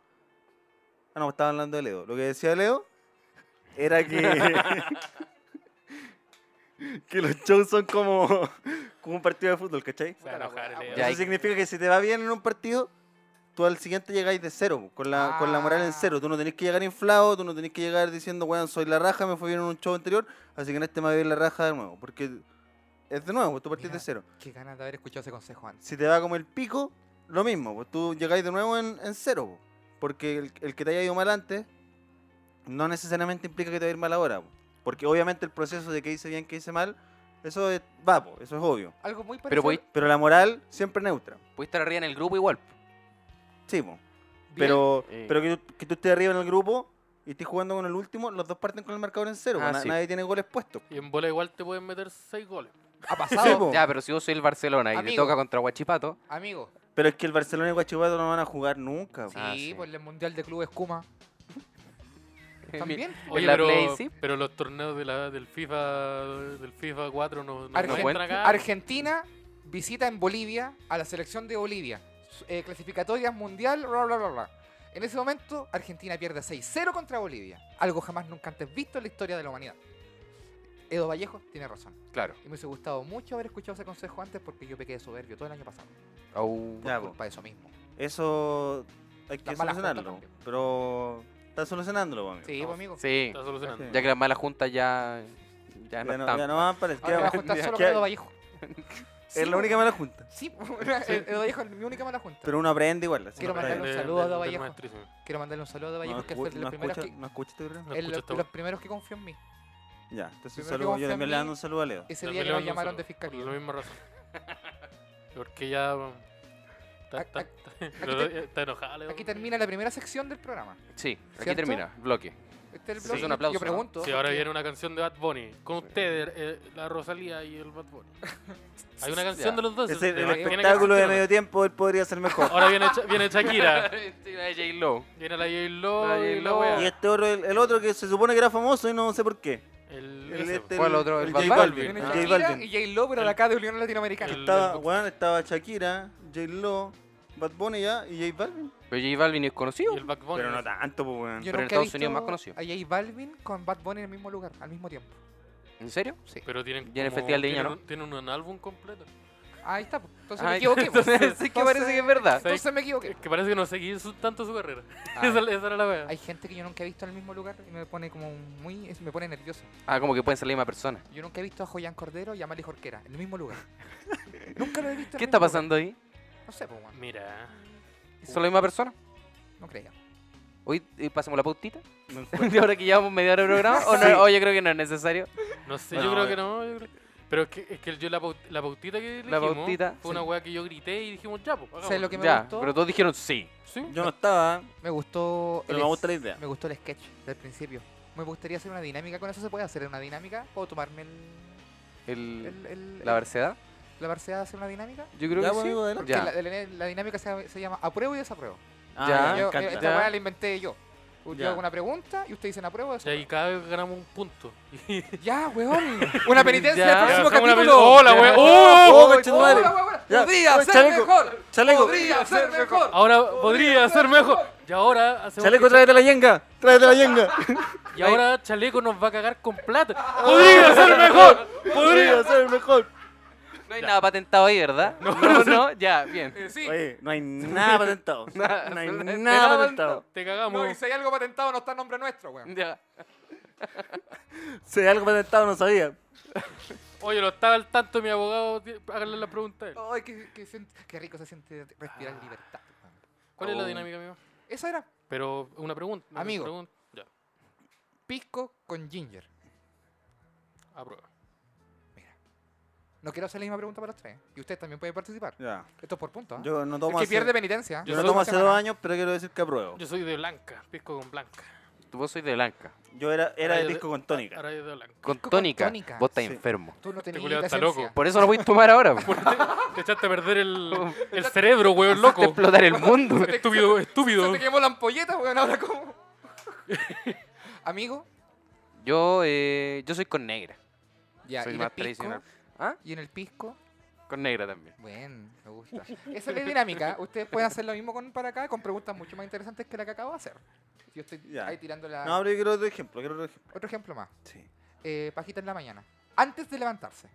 Ah, no, estaba hablando de Leo. Lo que decía Leo era que. que los shows son como, como un partido de fútbol, ¿cachai?
Se va a enojar, Leo.
Ya,
Eso
hay-
significa que si te va bien en un partido, tú al siguiente llegáis de cero, con la, con la moral en
Ah.
cero. Tú no tenés que llegar inflado, tú no tenés que llegar diciendo, weón, soy la raja, me fue bien en un show anterior, así que en este me va a ir la raja de nuevo. Porque es de nuevo, tú partís
Mira.
de cero.
Qué ganas de haber escuchado ese consejo antes.
Si te va como el pico, lo mismo, pues tú llegáis de nuevo en, en cero, po. porque el, el que te haya ido mal antes no necesariamente implica que te va a ir mal ahora, po. porque obviamente el proceso de que hice bien, que hice mal, eso es, va, po, eso es obvio.
Algo muy
Pero
parecido.
voy-
Pero la moral siempre neutra,
Puedes estar arriba en el grupo igual. po.
sí, po.
Bien.
pero,
Eh.
pero que, tú- que tú estés arriba en el grupo y estés jugando con el último, los dos parten con el marcador en cero, po.
Ah,
Na-
sí.
nadie tiene goles puestos.
Y en bola igual te pueden meter 6 goles.
Ha
Sí,
pasado.
po.
Ya, pero si vos sois el Barcelona y te
Amigo.
toca contra Guachipato.
Amigo.
Pero es que el Barcelona y Guachipato no van a jugar nunca. po.
Sí,
Ah, sí.
por el mundial de clubes Kuma. También.
Oye,
la
pero,
Play, sí.
pero los torneos de la, del FIFA del FIFA 4 no, no
Argen-
cuentan acá.
Argentina visita en Bolivia a la selección de Bolivia. Su- eh, clasificatorias mundial, bla, bla, bla, bla. En ese momento, Argentina pierde 6-0 contra Bolivia. Algo jamás nunca antes visto en la historia de la humanidad. Edo Vallejo tiene razón.
Claro.
Y me hubiese gustado mucho haber escuchado ese consejo antes porque yo pequé de soberbio todo el año pasado.
Au.
Ya, po.
Culpa de eso mismo.
Eso hay que
Las malas juntas
solucionarlo.
también.
Pero está solucionándolo, po, amigo.
Sí, pues, amigo.
Sí.
Está solucionando.
Ok.
Ya que las malas juntas ya. Ya
Ya
no
no,
están.
ya no van para el
Ahora me va a
queda-
juntar
ya
solo con
queda-
Edo Vallejo.
Es la única mala junta.
Sí, pues, eh, Edo Vallejo es mi única mala junta.
Pero uno aprende igual. así
Quiero
no
mandarle
aprende.
un
De-
saludo a
del-
Edo
del
Vallejo.
maestrísimo.
Quiero mandarle un saludo a Vallejo,
No
que fue
escu-
de los
no
primeros
escucha-
que-
¿No escucha este programa?
No
el-
escucho esta
los primeros que confió en mí.
Ya, entonces un
Primero que
saludo. Yo
confía en
también le
mí.
dando un saludo a Leo.
Ese
También
día
le
que nos
mando un
llamaron de
saludo,
fiscalía.
Por la misma razón. Porque ya. um, Está,
Ac-
está,
ac-
está- lo-
te-
está enojada, Leo.
Aquí termina la primera sección del programa.
Sí, aquí
¿Cierto?
termina. Bloque.
Este es el
Sí,
blog.
es un aplauso,
Yo
¿no?
pregunto.
Si ahora
porque-
viene una canción de Bad Bunny, con ustedes, eh, la Rosalía y el Bad Bunny. Hay una canción
Ya.
de los dos.
Ese- el
tiene que
espectáculo de
existir
medio
una.
tiempo él podría ser mejor.
Ahora viene, Cha- viene Shakira,
Sí, la de J-Lo.
viene la J.
La
Lo y la
J.Lo.
wea.
Ah.
y este otro, el, el otro que se supone que era famoso y no sé por qué.
El,
El,
ese,
este,
¿Cuál otro? El
J
Bad
Balvin.
Viene
el
Ah.
J
Shakira
Balvin.
y J-Lo, pero de acá de Unión Latinoamericana.
El-
Estaba,
box.
weón, estaba Shakira, J-Lo, Bad Bunny ya y J Balvin.
Pero J Balvin es conocido.
y el Bad Bunny.
Pero no tanto, pues, weón.
Yo
pero en
nunca he
Estados Unidos
visto
más conocido.
A J Balvin con Bad Bunny en el mismo lugar, al mismo tiempo.
¿En serio?
Sí.
Pero tienen
Y en el
como-
Festival de Viña,
tienen,
¿no?
un- tienen un álbum completo.
Ahí está. pues. Entonces me
Ay,
equivoqué. pues.
entonces sí que parece que es verdad.
Entonces me equivoqué.
Es que parece que no seguí su- tanto su carrera.
Ah,
esa, esa era la wea.
Hay gente que yo nunca he visto en el mismo lugar y me pone como un muy. es- me pone nervioso.
Ah, como que pueden ser la misma persona.
Yo nunca he visto a Joyan Cordero y a Mali Jorquera en el mismo lugar. nunca lo he visto. en
¿Qué
el
está
mismo
pasando ahí?
lugar. No sé, pues, weón.
Mira.
¿Son la misma persona?
No creía.
Hoy eh, pasamos la pautita.
No
De ahora que llevamos media hora de programa. O, no,
Sí.
o yo creo que no es necesario.
No sé,
Bueno,
yo creo
eh.
que no. yo creo- Pero es que, es que yo la, paut- la pautita que
La
elegimos
pautita,
fue una wea que yo grité y dijimos, ya, pues,
¿Sabes lo que me
Ya,
gustó?
pero todos dijeron sí.
¿Sí?
Yo no estaba,
Me gustó.
pero
el
me
es-
gusta la idea.
Me gustó el sketch del principio. Me gustaría hacer una dinámica. Con eso se puede hacer una dinámica. ¿Puedo tomarme el.
Mm.
El,
el- el-
la
el-
veracidad.
la Barcea hacer una dinámica?
Yo creo
Ya,
que
pues, amigo,
sí.
adelante.
Porque
Ya.
la, la- la dinámica se, se llama apruebo y desapruebo.
Ah,
Ya.
me
yo,
encanta.
eh, esta
Ya.
weá la inventé yo. Yo
Ya.
hago una pregunta y ustedes dicen apruebo o
Ya, y
desapruebo.
cada vez ganamos un punto.
Ya, weón. Una penitencia
Ya.
al próximo
Hacemos una
Ah, capítulo.
pen- ¡Hola, ¡Uh! weón!
¡Oh,
¡Oh,
concha tu madre!
hola, weón!
Ya.
¡Podría
Oh,
ser
chaleco.
mejor!
Chaleco.
¡Podría ser mejor!
Ahora podría ser mejor. Y ahora hacemos
Chaleco,
que-
tráete la yenga. Tráete la yenga.
Y ahora Chaleco nos va a cagar con plata. ¡Podría ser mejor!
Podría ser mejor.
No hay nada patentado ahí, ¿verdad? No, no, ya, bien.
Eh, Sí.
Oye, no hay nada patentado. No hay
Nada
nada
patentado.
patentado.
Te
No, y
cagamos.
si hay algo patentado no está en nombre nuestro, weón.
Ya.
Si hay algo patentado, no sabía.
Oye, lo estaba al tanto mi abogado. ti- Háganle la pregunta a él.
Ay, qué, qué sent- qué rico se siente respirar libertad. weón.
¿Cuál es la
Oh.
dinámica, amigo?
Eso era
Pero una pregunta. una
Amigo.
pregunta. Ya,
pisco con ginger.
a prueba.
No quiero hacer la misma pregunta para los tres. Y usted también puede participar.
Ya.
Esto es por punto, ¿ah?
Yo no
El
tomo
que
hace,
pierde penitencia.
Yo
yo no
soy
tomo
una
hace dos
semana.
años, pero quiero decir que apruebo.
Yo soy de blanca, pisco con blanca.
Tú vos sois de blanca.
Yo era,
Ahora
era de
yo-
pisco con tónica.
Ahora yo de blanca.
Con
Con
tónica.
tónica.
Vos estás
Sí.
enfermo.
Tú
Este
no tenías
culiao está
licencia.
loco.
Por eso no podéis tomar ahora. po.
Te echaste a perder el, el cerebro, weón
Te
loco.
explotar el mundo.
Estúpido,
Se
estúpido.
te quemó la ampolleta, weón. Ahora cómo. Amigo,
Yo, eh, yo soy con negra.
ya.
soy
y en
más
el pisco,
tradicional. ¿Ah?
Y en el pisco.
Con negra también.
Bueno, me gusta. Esa es la dinámica. Ustedes pueden hacer lo mismo con para acá, con preguntas mucho más interesantes que la que acabo de hacer. Yo estoy
Ya.
ahí tirando la.
No, pero yo quiero otro ejemplo. Quiero otro ejemplo.
Otro ejemplo más.
Sí.
Eh, pajita en la mañana. Antes de levantarse.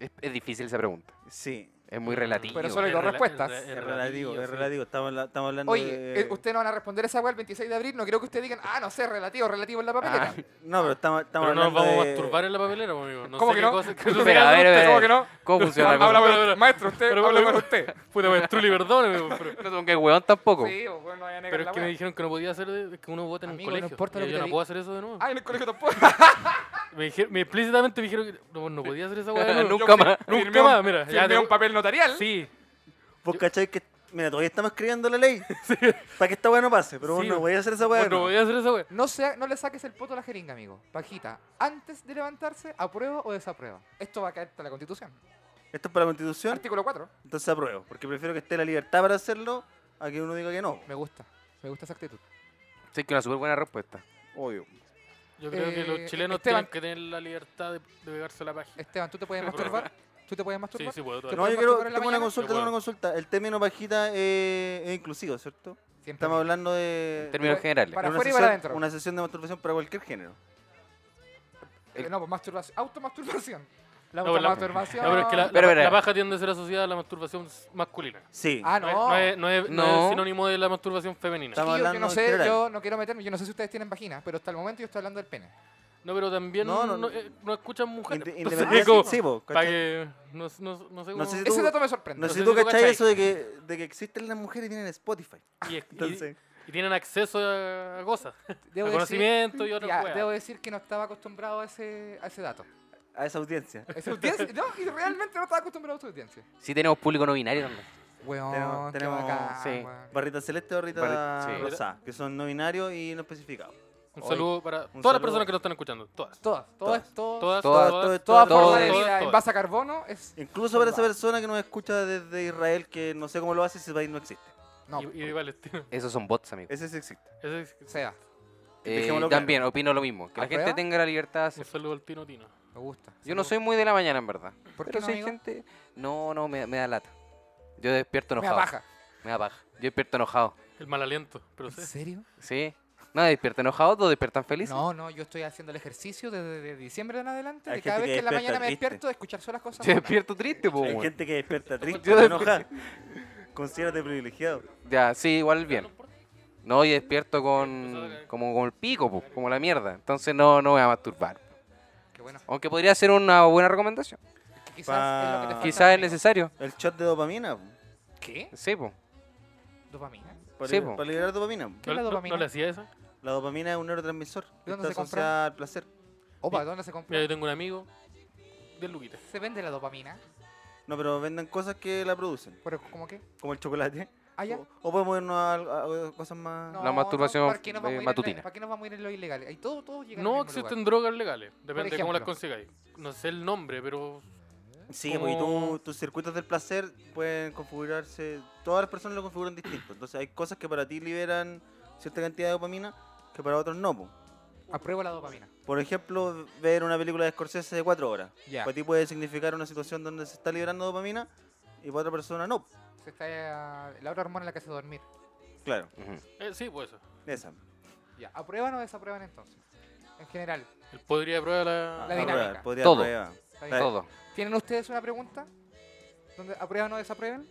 Es, es difícil esa pregunta.
Sí.
Es muy relativa.
Pero solo hay
Es
dos
rela-
respuestas.
es re-
Es relativo, es
sí.
relativo. Estamos, habla- estamos hablando
Oye,
de...
eh, ustedes no van a responder esa weá el 26 de abril. No quiero que ustedes digan, ah, no sé, relativo, relativo en la papeleta.
No, pero estamos, estamos
Pero no nos
hablando
vamos a
de-
masturbar en la papelera, po, amigo. No
¿Cómo
sé
que
qué
no?
cosa- qué
Espera,
cosa-
a ver, a ver.
¿Cómo que no?
¿Cómo funciona
Ah,
la
Habla
cosa?
con-
Pero, pero,
maestro, usted,
pero,
habla
pero,
con usted.
Puta, maestruli, perdóneme. po, Pero,
No tengo que hueón tampoco.
Sí, pues, bueno, no vayan a negar
pero es
la
que me
weá.
dijeron que no podía hacer, de- que uno vota en
Amigo,
un
no
colegio.
importa lo
y
que
yo
te
no
di-
puedo hacer eso de nuevo.
Ah, en el colegio tampoco.
Me, dijeron, me explícitamente me dijeron que no, no podía hacer esa weá de nuevo.
Nunca más.
Nunca
Firmé un-
más, mira, ya
firmé
te-
un papel notarial.
Sí,
Vos cacháis que... Mira, todavía estamos escribiendo la ley para que esta weá no pase, pero
Sí,
vos no
bo-
voy a hacer esa weá.
bueno, no podía hacer esa weá.
No, sea, no le saques el poto a la jeringa, amigo. Pajita, antes de levantarse, ¿aprueba o desaprueba? Esto va a caer en la Constitución.
Esto es para la Constitución,
Artículo 4.
entonces apruebo, porque prefiero que esté la libertad para hacerlo a que uno diga que no.
Me gusta. Me gusta esa actitud.
Sí, que una súper buena respuesta.
Obvio.
Yo creo que
Eh,
los chilenos tienen
Esteban.
que tener la libertad de, de pegarse la página.
Esteban, ¿tú te puedes masturbar? ¿Tú te puedes
Sí,
masturbar?
sí, puedo.
¿Te
No,
todavía.
puedes
yo quiero,
masturbar en la
tengo una
mañana?
consulta,
Yo puedo.
tengo una consulta. El término pajita eh, es inclusivo, ¿cierto?
Siempre.
Estamos hablando de...
En términos
Pero-
generales.
para
una
afuera y
sesión-
para adentro.
Una sesión de masturbación para cualquier género.
Eh, No, pues masturbación. Automasturbación. La
No, pues la-
automasturbación.
No, pero es que la,
Pero,
la-
pero,
la paja tiende a ser asociada a la masturbación s- masculina.
Sí.
Ah,
No, es-
no.
no es, no es- no
No.
es sinónimo de la masturbación femenina.
Estamos
Chiquillos, yo no
hablando en
sé,
general.
yo no quiero meterme, yo no sé si ustedes tienen vagina, pero hasta el momento yo estoy hablando del pene.
No, pero también
No,
no,
no, no.
eh, no escuchan mujeres.
Inde-
Entonces,
independiente-
como,
sí, po,
pa'
¿cachai?
que- no, s- no s- no sé
No
cómo-
sé si-
Ese
tú-
dato me sorprende.
No
sé
sé
si
si tú
tú cachai.
cachai eso de que, de que existen las mujeres y tienen Spotify.
y, y-
Entonces,
y tienen acceso a, a cosas. a
Debo decir-
conocimiento y otras
Ya,
weas.
debo decir que no estaba acostumbrado a ese, a ese dato.
a esa audiencia.
A esa audiencia- no, y realmente no estaba acostumbrado a esa audiencia.
Sí tenemos público no binario también.
Weón,
Tenemos-
qué
tenemos-
bacán,
sí.
weón.
Barrita celeste o barrita
Barri- sí.
rosada, que son no binarios y no especificados.
Un
Hoy-
saludo para todas
saludo.
las personas que nos están escuchando. Todas.
Todas, todas, todas.
Todas, todas,
Todas,
todas.
todas,
toda
todas,
forma de
todas,
vida en
todas.
base a carbono es.
Incluso para esa persona que nos escucha desde Israel, que no sé cómo lo hace, ese país no existe.
No,
Y, y de Palestina.
Esos son bots, amigo.
Ese sí existe.
Ese es-
sea,
Eh,
Dejémoslo claro.
también, opino lo mismo. Que la gente
¿Aprueba?
tenga la libertad de
un
hacer.
saludo al Tino Tino.
me gusta.
Yo no soy muy de la mañana, en verdad.
¿Por qué
Pero
no,
si hay
amigo?
gente... No, no, me, me da lata. Yo despierto
Me
enojado.
apaja.
Me da paja. Yo despierto enojado.
El mal aliento, pero
¿En
sí.
serio?
Sí. No, despierto enojado, todos despiertan felices.
No, no, yo estoy haciendo el ejercicio desde de diciembre en adelante.
Hay
de cada
gente
vez que
que
en la
despierta
mañana me
triste.
despierto de escuchar solas cosas.
Yo
buenas.
despierto triste, po,
Hay
weón.
gente que despierta triste,
Oh, Yo
se
despierto-
enoja. Considérate privilegiado.
Ya, sí, igual bien. No, y despierto
Empezó a
con
caer.
como con el pico, po, como la mierda. Entonces no, no me va a masturbar.
Qué bueno.
Aunque podría ser una buena recomendación.
Quizás
Pa-
es lo que te falta,
Quizás es
Ah, amigo.
necesario.
El shot de dopamina. po.
¿Qué?
Sí, po.
¿Dopamina?
Para,
Sí,
li-
po.
para liberar dopamina. po.
¿Qué es
¿No-
la
no,
dopamina?
no le hacía eso?
La dopamina es un neurotransmisor. que Está
dónde se compra?
asociada al placer.
Opa, ¿dónde se compra?
Mira, yo tengo un amigo de Luquita.
Se vende la dopamina.
No, pero venden cosas que la producen,
¿Pero cómo qué?
como el chocolate.
Ah, ya.
O, o podemos irnos a, a- a cosas más.
No,
La masturbación,
no, ¿para qué nos
eh,
vamos a ir en-
matutina.
¿Para qué nos vamos a ir en lo ilegal? Ahí todo, todo llega al
No
mismo
existen
lugar.
drogas legales, depende de cómo las
ejemplo.
consigáis. No sé el nombre, pero
Sí, porque
como-
tú, tus circuitos del placer pueden configurarse. Todas las personas lo configuran distinto. Entonces hay cosas que para ti liberan cierta cantidad de dopamina que para otros no. po.
Apruebo la dopamina.
Por ejemplo, ver una película de Scorsese de cuatro horas.
Ya.
Para ti puede significar una situación donde se está liberando dopamina y para otra persona no.
Se está, eh, la otra hormona en la que hace dormir.
Claro,
Ujú.
eh, sí, pues eso.
esa.
Ya. ¿Aprueban o desaprueban entonces? En general.
Él podría probar la...
La
Ah,
dinámica.
prueba, podría
Todo.
prueba.
¿Está bien?
Dale.
Todo.
¿Tienen ustedes una pregunta? ¿Donde aprueban o desaprueben?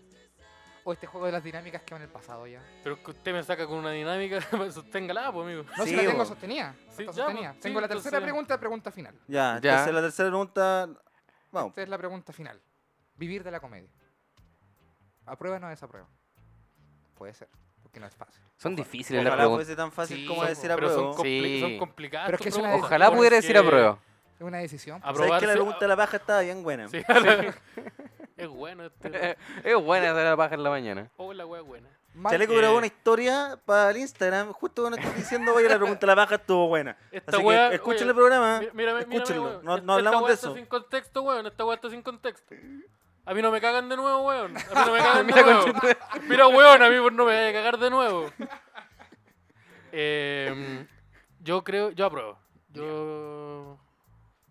¿O este juego de las dinámicas que va en el pasado ya?
Pero que usted me saca con una dinámica, sosténgala, pues amigo.
No, si
Sí,
la tengo
bo.
sostenida.
Sí,
está
ya,
sostenida.
bo,
tengo
sí,
la tercera
entonces-
pregunta, pregunta final.
Ya,
Ya.
entonces la tercera pregunta. Vamos.
Esta es la pregunta final. Vivir de la comedia. ¿Aprueban o desaprueban? Puede ser, porque no es fácil.
Son difíciles las
Ojalá
preguntas.
fuese tan fácil
Sí,
como
son-
decir
Pero son,
apruebo.
com-
compli-
Sí.
son complicadas.
Pero es
tus
que es una
preguntas,
Ojalá pudiera decir a
porque-
prueba.
Es una decisión. pues.
¿Sabes que
Aprobarse-
la pregunta de la paja estaba bien buena?
Sí, a la- es bueno este.
Es buena hacer la paja en la mañana.
O la wea es buena.
Mal-
Chaleco
Eh.
grabó una historia para el Instagram justo cuando estoy diciendo, oye, la pregunta de la paja estuvo buena.
Esta
Así que
wea,
escuchen
oye,
el
mi-
programa.
Mírame, mírame,
escúchenlo.
weón.
No- no
Esta
hablamos
wea
de
está
eso.
sin contexto, weón. Esta weá está sin contexto. A mí no me cagan de nuevo, weón. A mí no me cagan de
Mira,
nuevo.
conchito.
Mira, weón, a mí por no me vaya a cagar de nuevo. Eh, yo creo, yo apruebo. Yo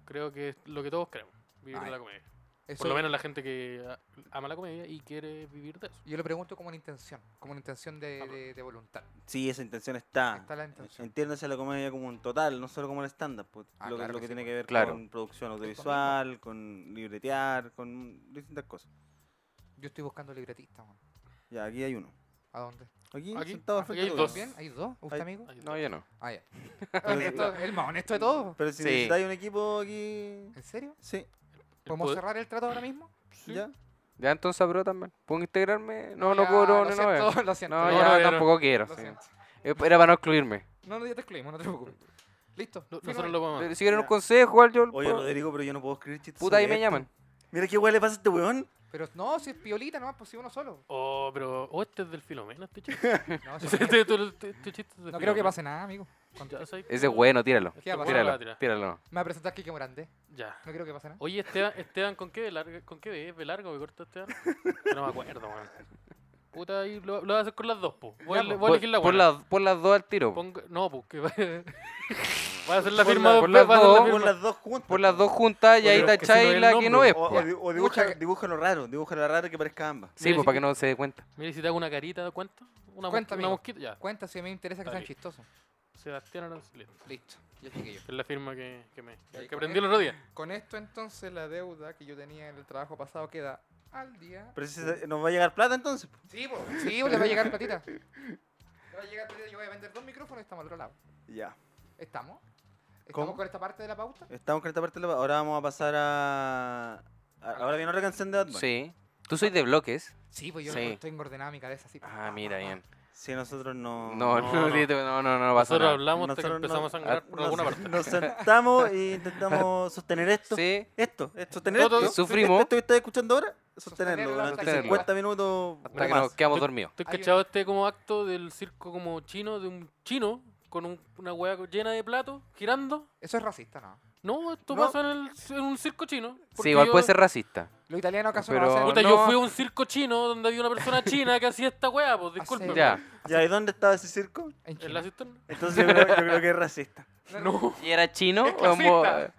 creo que es lo que todos queremos, vivir de
Ay.
la comedia.
Eso
Por lo menos la gente que a- ama la comedia y quiere vivir de eso.
Yo lo pregunto como una intención, como una intención de, de- de voluntad.
Sí, esa intención está.
Está la intención.
Entiéndase la comedia como un total, no solo como el estándar. pues,
Ah,
lo, que-
claro
lo
que
que
sí,
tiene que ver
Claro.
con producción
pues,
audiovisual, con libretear, con distintas cosas.
Yo estoy buscando libretista, man.
Ya, aquí hay uno.
¿A dónde?
Aquí,
Aquí-
sentado
aquí
frente
hay
a todos.
dos.
¿Bien? ¿Hay dos? ¿Usted,
Hay-
amigo?
Ahí
No,
está.
yo no.
Ah, ya. Honesto, el más honesto de todos.
Pero si
Sí.
necesitáis un equipo aquí...
¿En serio?
Sí,
El
¿Podemos
poder-
cerrar el trato ahora mismo?
sí.
ya.
Ya entonces apruebo también. ¿Puedo integrarme? No, no
Ya,
cobro, no,
lo
no
siento,
veo.
Lo siento.
No,
No,
ya
no, ya no.
tampoco quiero.
Lo
sí. Eh,
siento.
Era para no excluirme.
No, no, ya te excluimos, no te preocupes. Listo.
No-
firma
Nosotros
ahí.
lo vamos a
Pero Si quieren un
Ya.
consejo, igual yo...
Oye,
puedo-
Rodrigo, pero yo no puedo escribir chistes
Puta, ahí
sobre
me
esto.
llaman.
Mira qué hueá le pasa a este weón.
Pero no, si es piolita nomás, pues si uno solo.
Oh, pero. Oh, este es del Filomena, este chiste.
No, si-
Este- este- este- este chiste es del
no creo que
Filomena.
pase nada, amigo. Contra-
Ya, ¿sabes qué?
Ese es bueno, tíralo.
Este
¿Qué va a
weón
pasar?
la va a
Tíralo,
tirar.
tíralo.
Me va a presentar Kike Morandé.
Ya.
No creo que pase nada.
Oye, Esteban, Esteban ¿con qué B larga? ¿Con qué B? ¿B larga o B corta Esteban? Que No me acuerdo, weón. Puta, ahí lo, lo voy a hacer con las dos, po. Voy, a,
Ya, po.
le- voy a elegir la
Pon
buena.
las- pon las dos al tiro. po.
Ponga- no, pues que va voy a hacer la
Pon
firma
la-
dos
pon
veces,
las
voy a hacer la
dos,
firma.
Pon las dos juntas.
Pon las dos juntas y
Oye,
ahí
pero es que si no
tachai
es el
la que no
nombre.
es.
O,
po.
o di- o dibuja,
Busca-
dibuja lo raro, dibuja lo raro que parezca ambas.
Sí, pues para que no se dé cuenta.
Mira, y si te hago una carita, ¿cuánto? Una, mos-
Cuenta,
una
amigo.
mosquita, ya.
Cuenta si me interesa que sean
Ahí.
chistosos.
Sebastián Arancileta.
Listo. Ya llegué yo.
Es la firma que, que me
Ya,
que
¿y con
aprendí el
él?
otro día.
Con esto entonces la deuda que yo tenía en el trabajo pasado queda al día.
Pero si se- nos va a llegar plata entonces. po.
Sí, pues, sí, po, le va a llegar platita. Le va a llegar platita, yo voy a vender dos micrófonos y estamos al otro lado.
Ya.
¿Estamos? ¿Estamos
¿Cómo?
con esta parte de la pauta?
Estamos con esta parte. de la- Ahora vamos a pasar a. a- ahora viene otra canción de Batman.
Sí. Tú sois de bloques.
Sí, pues yo
Sí.
estoy engordenada mi cabeza así.
Ah, mira, bien.
Sí, nosotros no.
No,
No,
no,
no.
Tito, no, no, no pasa
Nosotros
nada.
hablamos hasta que
nosotros no-
empezamos a sangrar
ah,
por alguna
nos-
parte.
Nos sentamos e intentamos sostener esto.
Sí.
Esto, es sostener
Todo-
esto.
Sufrimos.
Esto que estás escuchando ahora, sostenerlo durante
Sostenerlo.
50 minutos
Hasta
o
que
más.
nos quedamos
Tú-
dormidos.
Estoy
Hay
cachado este como acto del circo como chino, de un chino con un- una hueá llena de platos girando.
Eso es racista, ¿no?
No, esto
No.
pasa en, el- en un circo chino.
Sí,
porque
igual
yo-
puede ser racista.
Los italianos acaso
Pero-
no hacen-
Puta,
no.
yo fui a un circo chino donde había una persona china que hacía esta hueá,
Ah,
pues disculpen.
Ya.
Ya, ¿y dónde estaba ese circo?
en
En
China.
la cisterna.
Entonces yo creo, yo creo que es racista.
No.
¿Y era chino?
Es
o en bo-
clasista.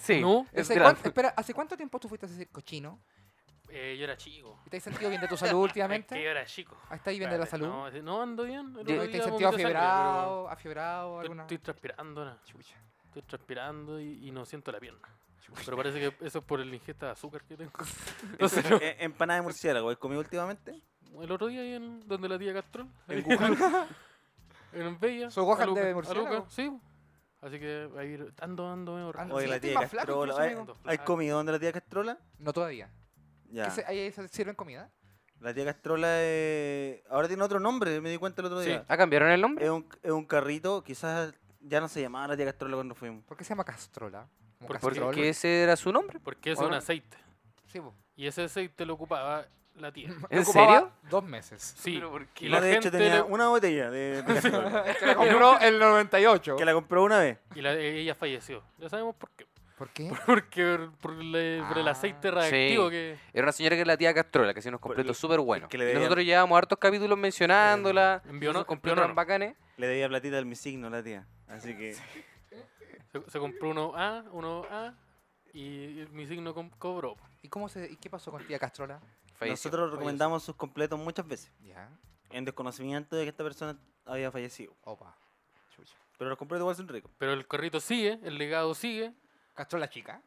Sí.
No.
Es
¿Hace
gran-
cuánto- espera, ¿hace cuánto tiempo tú fuiste a ese circo chino?
Eh, yo era chico.
¿Y ¿Te has sentido bien de tu salud últimamente?
Es que yo era chico.
Ah, ¿Estás bien de la salud?
No, sí, no ando bien. El
Yo-
otro
¿Y ¿Te
día
has
vomité
sentido
sangre,
afiebrado? ¿Afiebrado?
pero
¿Alguna?
Estoy transpirando, na.
Chucha.
estoy transpirando y, y no siento la pierna. Pero parece que eso es por el ingesta de azúcar que tengo. Entonces, no.
Eh, Empanada de murciélago, ¿has comido últimamente?
El otro día ahí en donde la tía Castrón.
En
En En Bella.
¿Su Wuhan
a Luca-
de
a
murciélago?
Luca, Sí. Así que ahí ando, ando medio raro.
Ando-
Oye,
Ah, Sí,
la
estoy
tía
más flaco
Castrola.
incluso,
¿hay-
amigo.
¿Has comido donde la tía Castrola?
No todavía. ¿Qué
Ya.
se- ahí se sirven comida?
La tía Castrola eh, ahora tiene otro nombre, me di cuenta el otro
Sí.
día.
¿Ah, cambiaron el nombre?
Es, un, es un carrito, quizás ya no se llamaba la tía Castrola cuando fuimos.
¿Por qué se llama castrola? ¿Como
Por-
castrol?
Porque ese era su nombre.
Porque eso es un
Ahora-
aceite.
Sí, po.
Y ese aceite lo ocupaba la tía.
¿En
Ocupaba
serio?
Dos meses.
Sí.
¿Pero por qué?
Y
No,
la
de hecho
gente
tenía
le-
una botella de tía Castrola,
Se la compró el 98.
que la compró una vez.
y la- ella falleció. Ya sabemos por qué.
¿Por qué?
Porque por, le- por el
Ah.
aceite radiactivo que.
Era una señora que era la tía Castrola, que hacía unos
Pues,
completos
le-
súper buenos.
que le
Y
debían-
Nosotros llevábamos hartos capítulos mencionándola.
en Biono-
unos completos
en Bionono.
eran bacanes.
Le debía platita al mi signo la tía. Así que
Se, se compró uno A, uno A. Y mi signo com- cobró.
¿Y, cómo se, ¿Y qué pasó con tía castrola?
Falleció.
nosotros recomendamos sus completos muchas veces.
Ya.
En desconocimiento de que esta persona había fallecido.
Opa. Chucha.
Pero los completos igual son ricos.
Pero el carrito sigue, el legado sigue.
Castrola chica.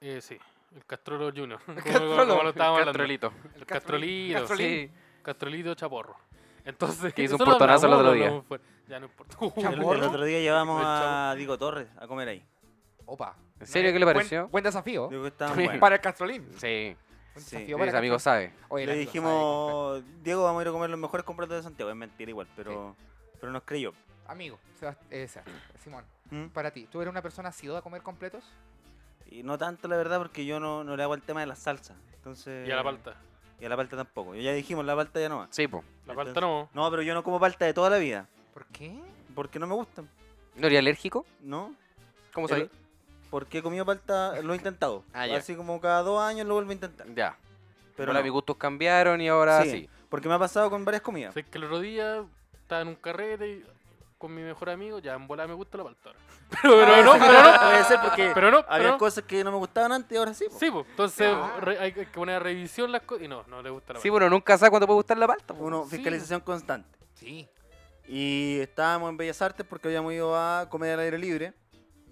Eh, sí, el Castrolo Junior. como-
Castrolo.
como lo estábamos hablando.
Castrolito.
El Castrolito.
Castrolín.
Sí.
Castrolito Chaporro. Entonces,
Que hizo un
eso lo
portonazo el
hablamos,
otro
lo
día.
hablamos fuera. Ya no importa.
El- El,
¿Chamorro?
otro día llevamos
El
a Diego Torres a comer ahí.
Opa.
¿En serio? ¿Qué le
Buen-
pareció?
Buen, desafío.
Digo que estaban
Sí.
buenos.
Para el castrolín.
Sí.
Buen
Sí.
desafío para
Mis
el
amigos
Castrolín.
saben.
Oye,
Le
la-
dijimos, Diego, vamos a ir a comer los mejores completos de Santiago. Es mentira igual, pero, pero nos creyó.
Amigo, Sebast- eh, Sebast- Simón,
¿Mm?
para ti, ¿tú eres una persona asiduada a comer completos?
Y no tanto, la verdad, porque yo no, no le hago el tema de la salsa. Entonces,
Y a la palta.
Y a la palta tampoco. Ya dijimos, la palta ya no va.
Sí, po.
La
Entonces-
palta no.
No, pero yo no como palta de toda la vida.
¿Por qué?
Porque no me gustan,
¿No era alérgico?
¿no?
¿Cómo
El-
sabéis?
Porque he comido palta, lo he intentado.
Ah, ya.
Así como cada dos años lo vuelvo a intentar.
Ya. Pero
Pero no.
mis gustos cambiaron y ahora
Sí,
sí.
Porque me ha pasado con varias comidas.
Sé que el otro día estaba en un carrete y- con mi mejor amigo. Ya en bola me gusta la palta. ahora. Pero, pero no, pero no.
Puede ser porque
Pero no,
había
pero no.
cosas que no me gustaban antes y ahora sí. po.
Sí, pues. Entonces
Ah.
re- hay que poner a revisión las cosas. Y no, no le gusta la
Sí,
palta.
bueno, nunca sabe cuándo puede gustar la palta. po.
Uno,
Sí.
fiscalización constante.
Sí.
Y estábamos en Bellas Artes porque habíamos ido a comer al aire libre.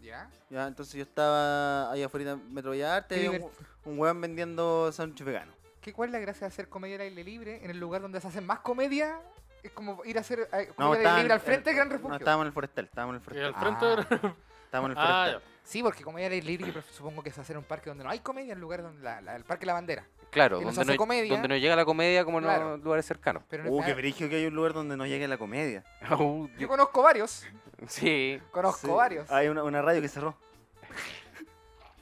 ¿Ya?
¿ya? Entonces yo estaba ahí afuera en Metro Bellas Artes
Qué
y había un, un weón vendiendo sándwiches veganos.
¿Qué, ¿Cuál es la gracia de hacer comedia al aire libre en el lugar donde se hacen más comedia? Es como ir a hacer eh, comedia al aire
estaban-
libre al frente del Gran
no,
Refugio.
estábamos en el forestal, estábamos en el
Y al
forestal.
frente.
Ah.
era-
estábamos en el
Ah,
forestal.
Sí, porque comedia al aire libre yo supongo que se hace en un parque donde no hay comedia, en lugar donde la, la- el Parque La Bandera.
Claro,
que nos
donde
hace
no,
comedia.
donde no llega la comedia como
Claro.
en lugares cercanos.
Pero no
Uh,
está-
qué brillo que hay un lugar donde no llegue la comedia.
Uh,
yo conozco varios.
sí.
Conozco
Sí,
varios.
Hay una, una radio que cerró.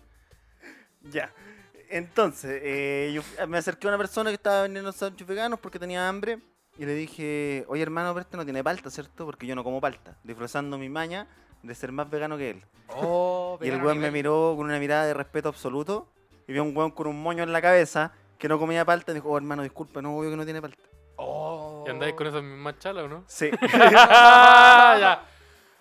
ya. Entonces, eh, yo fui- me acerqué a una persona que estaba vendiendo sándwiches veganos porque tenía hambre. Y le dije, oye hermano, pero este no tiene palta, ¿cierto? Porque yo no como palta. Disfrazando mi maña de ser más vegano que él.
Oh,
Y el
vegano
weón me
nivel.
miró con una mirada de respeto absoluto. Y vio a un weón con un moño en la cabeza que no comía palta. Y dijo, oh hermano, disculpa, no, obvio que no tiene palta.
Oh.
¿Y andáis con esas mismas chalas o no? Ah,
Sí.
ya.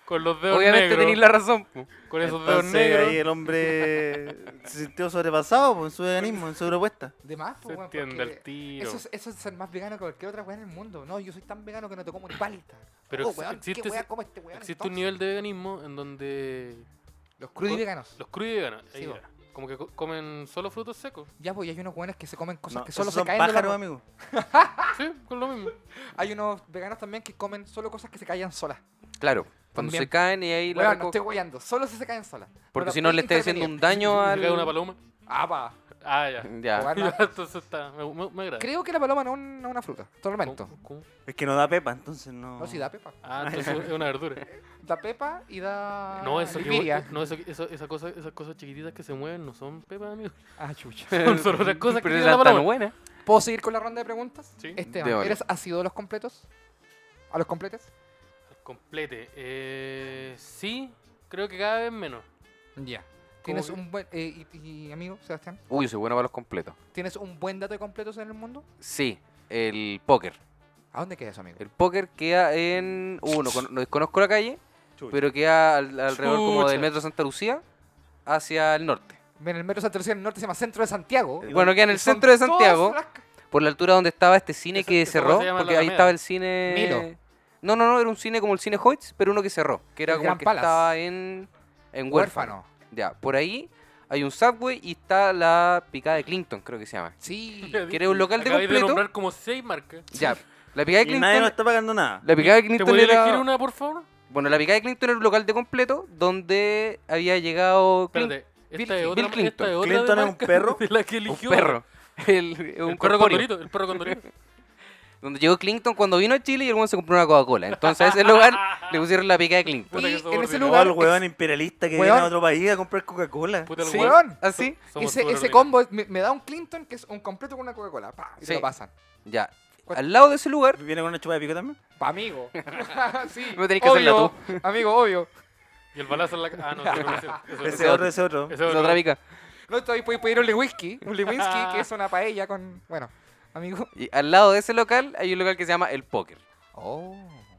Con los dedos
Obviamente
negros.
tenéis la razón. po.
Con esos dedos
Entonces,
negros.
ahí el hombre se sintió sobrepasado por su veganismo, en su propuesta.
De más,
Se
pues, weón,
entiende
porque
el tiro.
Eso es, eso es ser más vegano que cualquier otra weá en el mundo. No, yo soy tan vegano que no te como ni palta.
Pero
oh,
ex-
weón,
existe,
¿qué weá
ese-
come este weón?
existe un
entonces?
nivel de veganismo en donde
Los crudos
Cru-
veganos.
los crudos veganos, ahí
Sí,
va, como que co- comen solo frutos secos.
Ya, pues, y hay unos weones que se comen cosas
No,
que solo
esos
se
son
caen de
pájaros,
la...
amigo.
Sí, con lo mismo.
Hay unos veganos también que comen solo cosas que se callan solas.
Claro. Cuando
También.
se caen y ahí la
Weón,
reco-
no estoy guayando. Solo si se caen solas.
Porque
la
si no le
puedes
está haciendo
intervenir.
un daño
Si
al.
cae una paloma.
¡Apa!
Ah, ya.
Ya.
Guarda.
Ya, Entonces está. Me, me, me agrada.
Creo que la paloma no es un- no es una fruta, tormento.
¿Cómo- cómo?
Es que no da pepa, entonces no.
No, si da pepa.
Ah, entonces es una verdura.
Da pepa y da.
No,
Ah,
eso que,
libiria.
no eso, eso- esa cosa- esas cosas chiquititas que se mueven no son pepas, amigo.
Ah, chucha.
Son solo otras cosas que
Pero
tiene
era
la
tan
paloma.
buena.
¿Puedo seguir con la ronda de preguntas?
Sí.
Esteban,
De una.
¿eres asiduo a los completos? ¿A los completes?
Complete. Eh, sí, creo que cada vez menos.
Ya. ¿Tienes
que-
un buen. eh, y, y, amigo, Sebastián?
Uy, yo soy bueno para los completos.
¿Tienes un buen dato de completos en el mundo?
Sí, el póker.
¿A dónde queda eso, amigo?
El póker queda en. Uno, no desconozco la calle,
Chucha.
pero queda al- alrededor como del
Chucha.
metro Santa Lucía hacia el norte.
En el metro Santa Lucía del Norte se llama Centro de Santiago.
¿Y
Bueno,
dónde-
queda en
Y
el
son
centro de
todas
Santiago,
las ca-
por la altura donde estaba este cine
Eso-
que
eso, ¿cómo
cerró,
se llama?
porque
La
ahí
Alameda.
estaba el cine.
Milo.
No, no, no, era un cine como el cine Hoyts, pero uno que cerró, que era
El
como
Gran
el que
Palace.
estaba en. En huérfano.
Huérfano.
Ya, por ahí hay un subway y está la picada de Clinton, creo que se llama.
Sí.
¿Quieres un local de
Acabáis de
completo?
nombrar como seis marcas.
Ya, la picada de
Y nadie nos
Clinton.
está pagando nada.
La picada de
¿Te
Clinton
voy a elegir
era.
una, por favor?
Bueno, la picada de Clinton era un local de completo donde había llegado Clin-
Espérate.
Bill
Esta es
Clinton.
otra,
Bill Clinton.
esta es otra
¿Clinton
de
es un
marca
perro?
De la que
un
eligió.
perro. El, un
El perro
corpóreo.
condorito. El perro condorito.
Donde llegó Clinton cuando vino a Chile y el weón se compró una Coca-Cola. Entonces a ese lugar le pusieron la picada de Clinton.
Y
Puta que
en ese
subordinado.
O
lugar.
el weón imperialista que
Weón.
viene a otro país a comprar Coca-Cola.
Puta el
Sí,
weón.
weón.
así.
Somos
ese, ese
subordinados.
combo es- me, me da un Clinton que es un completo con una Coca-Cola. Pa, y
Sí.
se lo pasan.
Ya.
¿Cuál?
Al lado de ese lugar.
¿Viene con una chupa de pico también?
Pa, amigo. sí.
No tenés que hacerla
obvio, Amigo, obvio.
Y el balazo en la ca- Ah, no. ese otro,
Ese
ese
otro, ese otro.
Ese
Es
otro.
otra pica.
No, todavía podéis pedir un Lewinsky. Un Lewinsky que es una paella con. Bueno, amigo.
Y al lado de ese local hay un local que se llama El Póker.
Oh.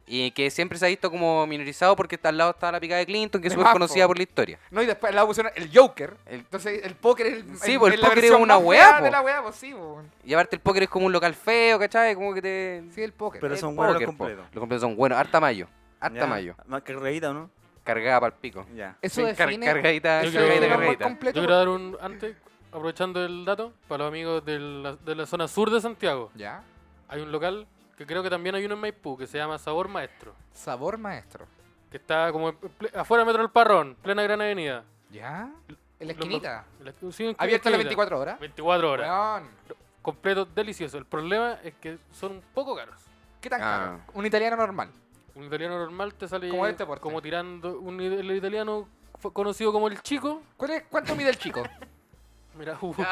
Y que siempre se ha visto como minorizado porque está al lado está la picada de Clinton, que es
De
súper
más,
conocida
po.
por la historia.
No, y después al lado pusieron el Joker.
El-
Entonces el póker es el.
Sí, po, el
la
póker es
versión
una
más
weá,
fea
po.
de la weá, po, sí, po.
Y aparte el póker es como un local feo, ¿cachai? Como que te...
Sí, el póker.
Pero
el
son buenos los
póker, po.
completos.
Los completos son buenos. Harta mayo. Harta
Ya.
mayo.
Más cargadita, ¿o ¿no?
Cargada para el pico.
Ya.
Eso
Sí, car-
define.
cargadita,
Yo
eso
creo que
cargadita,
define
era
un buen
cargadita.
Yo
completo.
quiero dar un antes, aprovechando el dato, para los amigos de la, de la zona sur de Santiago.
Ya.
Hay un local que creo que también hay uno en Maipú que se llama Sabor Maestro.
Sabor maestro.
Que está como en ple- afuera del Metro del Parrón, plena Gran Avenida.
Ya. En la
Los-
esquinita.
la- sí, en-
Abierto
en
las
esquinita.
24 horas.
24 horas.
Weón.
Completo, delicioso. El problema es que son un poco caros.
¿Qué tan
Ah.
caro? Un italiano normal.
Un italiano normal te sale
Como este porte.
como tirando. Un, i- el italiano fue conocido como el chico.
¿Cuál es- ¿Cuánto mide el chico?
Mira, uh,
Pero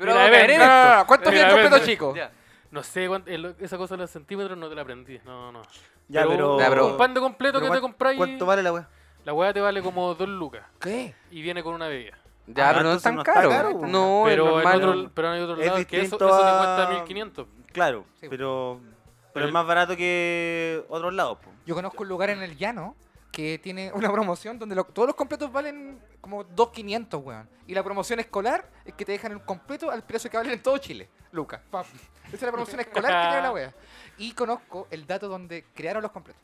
Mira,
vamos a
ven,
caer en
No, no, no,
esto.
no, ¿Cuánto mide
Mira,
el
a ver,
completo
no,
chico?
Ya.
no sé, cuánto- el- esa cosa de los centímetros no te la aprendí. No, no.
Ya, pero.
Ya, pero-
Un pan de completo
pero
que te
¿cuán-
compráis.
¿Cuánto vale la weá?
La hueá te vale como 2 lucas
¿Qué?
y viene con una bebida.
Ya,
Ah,
pero no es
entonces
tan
no está
caro.
caro, po.
No, es
pero, en
Oh, normal.
otro, pero hay otro
Es
lado que eso,
distinto
eso te
a-
cuesta 1500.
Claro,
Sí, po.
pero.
Pero
Pero
el-
es más barato que otros lados, po.
Yo conozco un lugar en el llano que tiene una promoción donde lo- todos los completos valen como 2.500, weón. Y la promoción escolar es que te dejan el completo al precio que valen en todo Chile. Lucas, pap. Esa es la promoción escolar que tiene la wea. Y conozco el dato donde crearon los completos.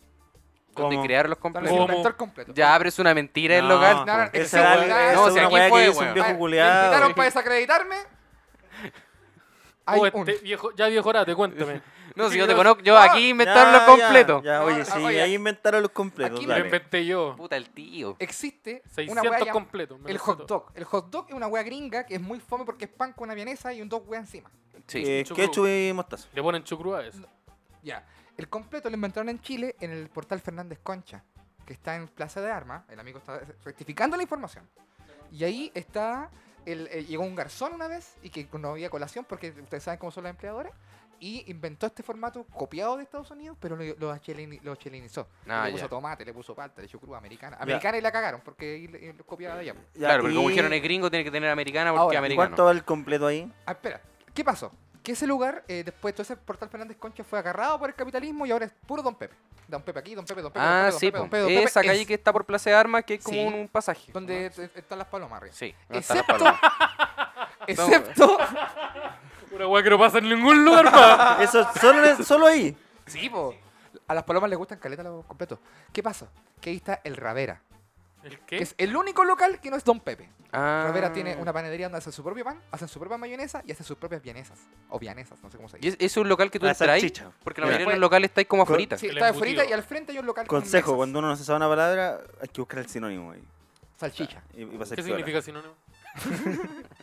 Donde
¿Cómo?
crearon los
Donde
completos.
se
¿Cómo?
inventó el completo.
Ya, pero es una mentira el local.
No, no, es que
esa
sí,
era-
weón.
esa
No,
es
si
una
aquí
weá
fue,
que hizo
weón.
un
Ah,
viejo
me invitaron
culeado.
para desacreditarme. Hay
Oh,
un-
este viejo, ya viejo rate, cuéntame.
No, si yo
Yo-
te conozco, yo
Ah,
aquí inventaron los
Ya,
completos.
Ya, ya,
No,
oye, sí,
oye,
ahí inventaron los completos.
aquí
Lo
dale.
inventé yo.
Puta, el tío.
Existe una wea
600
llam-
completos. me
el
lo
hot
sé todo.
dog. El hot dog es una wea gringa que es muy fome porque es pan con una vienesa y un dos wea encima.
Sí.
Eh,
chucrú.
ketchup y mostaza.
Le ponen chucrú a eso.
Ya. El completo lo inventaron en Chile en el portal Fernández Concha, que está en Plaza de Armas. El amigo está rectificando la información. Y ahí está. el- eh, llegó un garzón una vez y que no había colación porque ustedes saben cómo son las empleadoras. Y inventó este formato copiado de Estados Unidos, pero lo, lo, chileni- lo chilenizó.
Ah,
le
ya.
puso tomate, le puso palta, le echó cruz americana. Americana y la cagaron porque ahí le- eh, lo copiaba de allá. po.
Ya,
claro, pero como
y-
dijeron es gringo, tiene que tener americana porque
Ahora,
¿y
americano.
¿Cuánto vale el completo ahí?
Ah, espera, ¿qué pasó? Que ese lugar, eh, después todo ese portal Fernández Concha fue agarrado por el capitalismo y ahora es puro Don Pepe. Don Pepe aquí, Don Pepe, Don Pepe.
Ah,
don Pepe,
sí,
don
po.
Pepe, Don Pepe,
esa
es
calle que está por Plaza de Armas, que es como
Sí.
un, un pasaje.
Donde eh, están las palomas arriba.
Sí. no está la
Excepto,
paloma.
excepto,
Una weá que no pasa en ningún lugar más.
Eso, solo, en- solo ahí.
sí, po. A las palomas les gustan caleta los completos. ¿Qué pasa? Que ahí está el Ravera,
¿El
que
qué?
es el único local que no es Don Pepe.
Ah.
Ravera tiene una panadería donde hacen su propio pan, hacen su propia mayonesa y hacen sus propias vienesas. O vienesas, no sé cómo se
¿Y
dice.
es, es un local que tú
La
entras ahí?
salchicha.
Porque la
Ya.
mayoría de los locales estáis como
Con-
afuera.
Sí,
El
está de frita
embutido.
y al frente hay un local con
Consejo,
mesas.
cuando uno no se sabe una palabra, hay que buscar el sinónimo ahí.
Salchicha.
Y, y va a ser
¿Qué
piola.
significa sinónimo?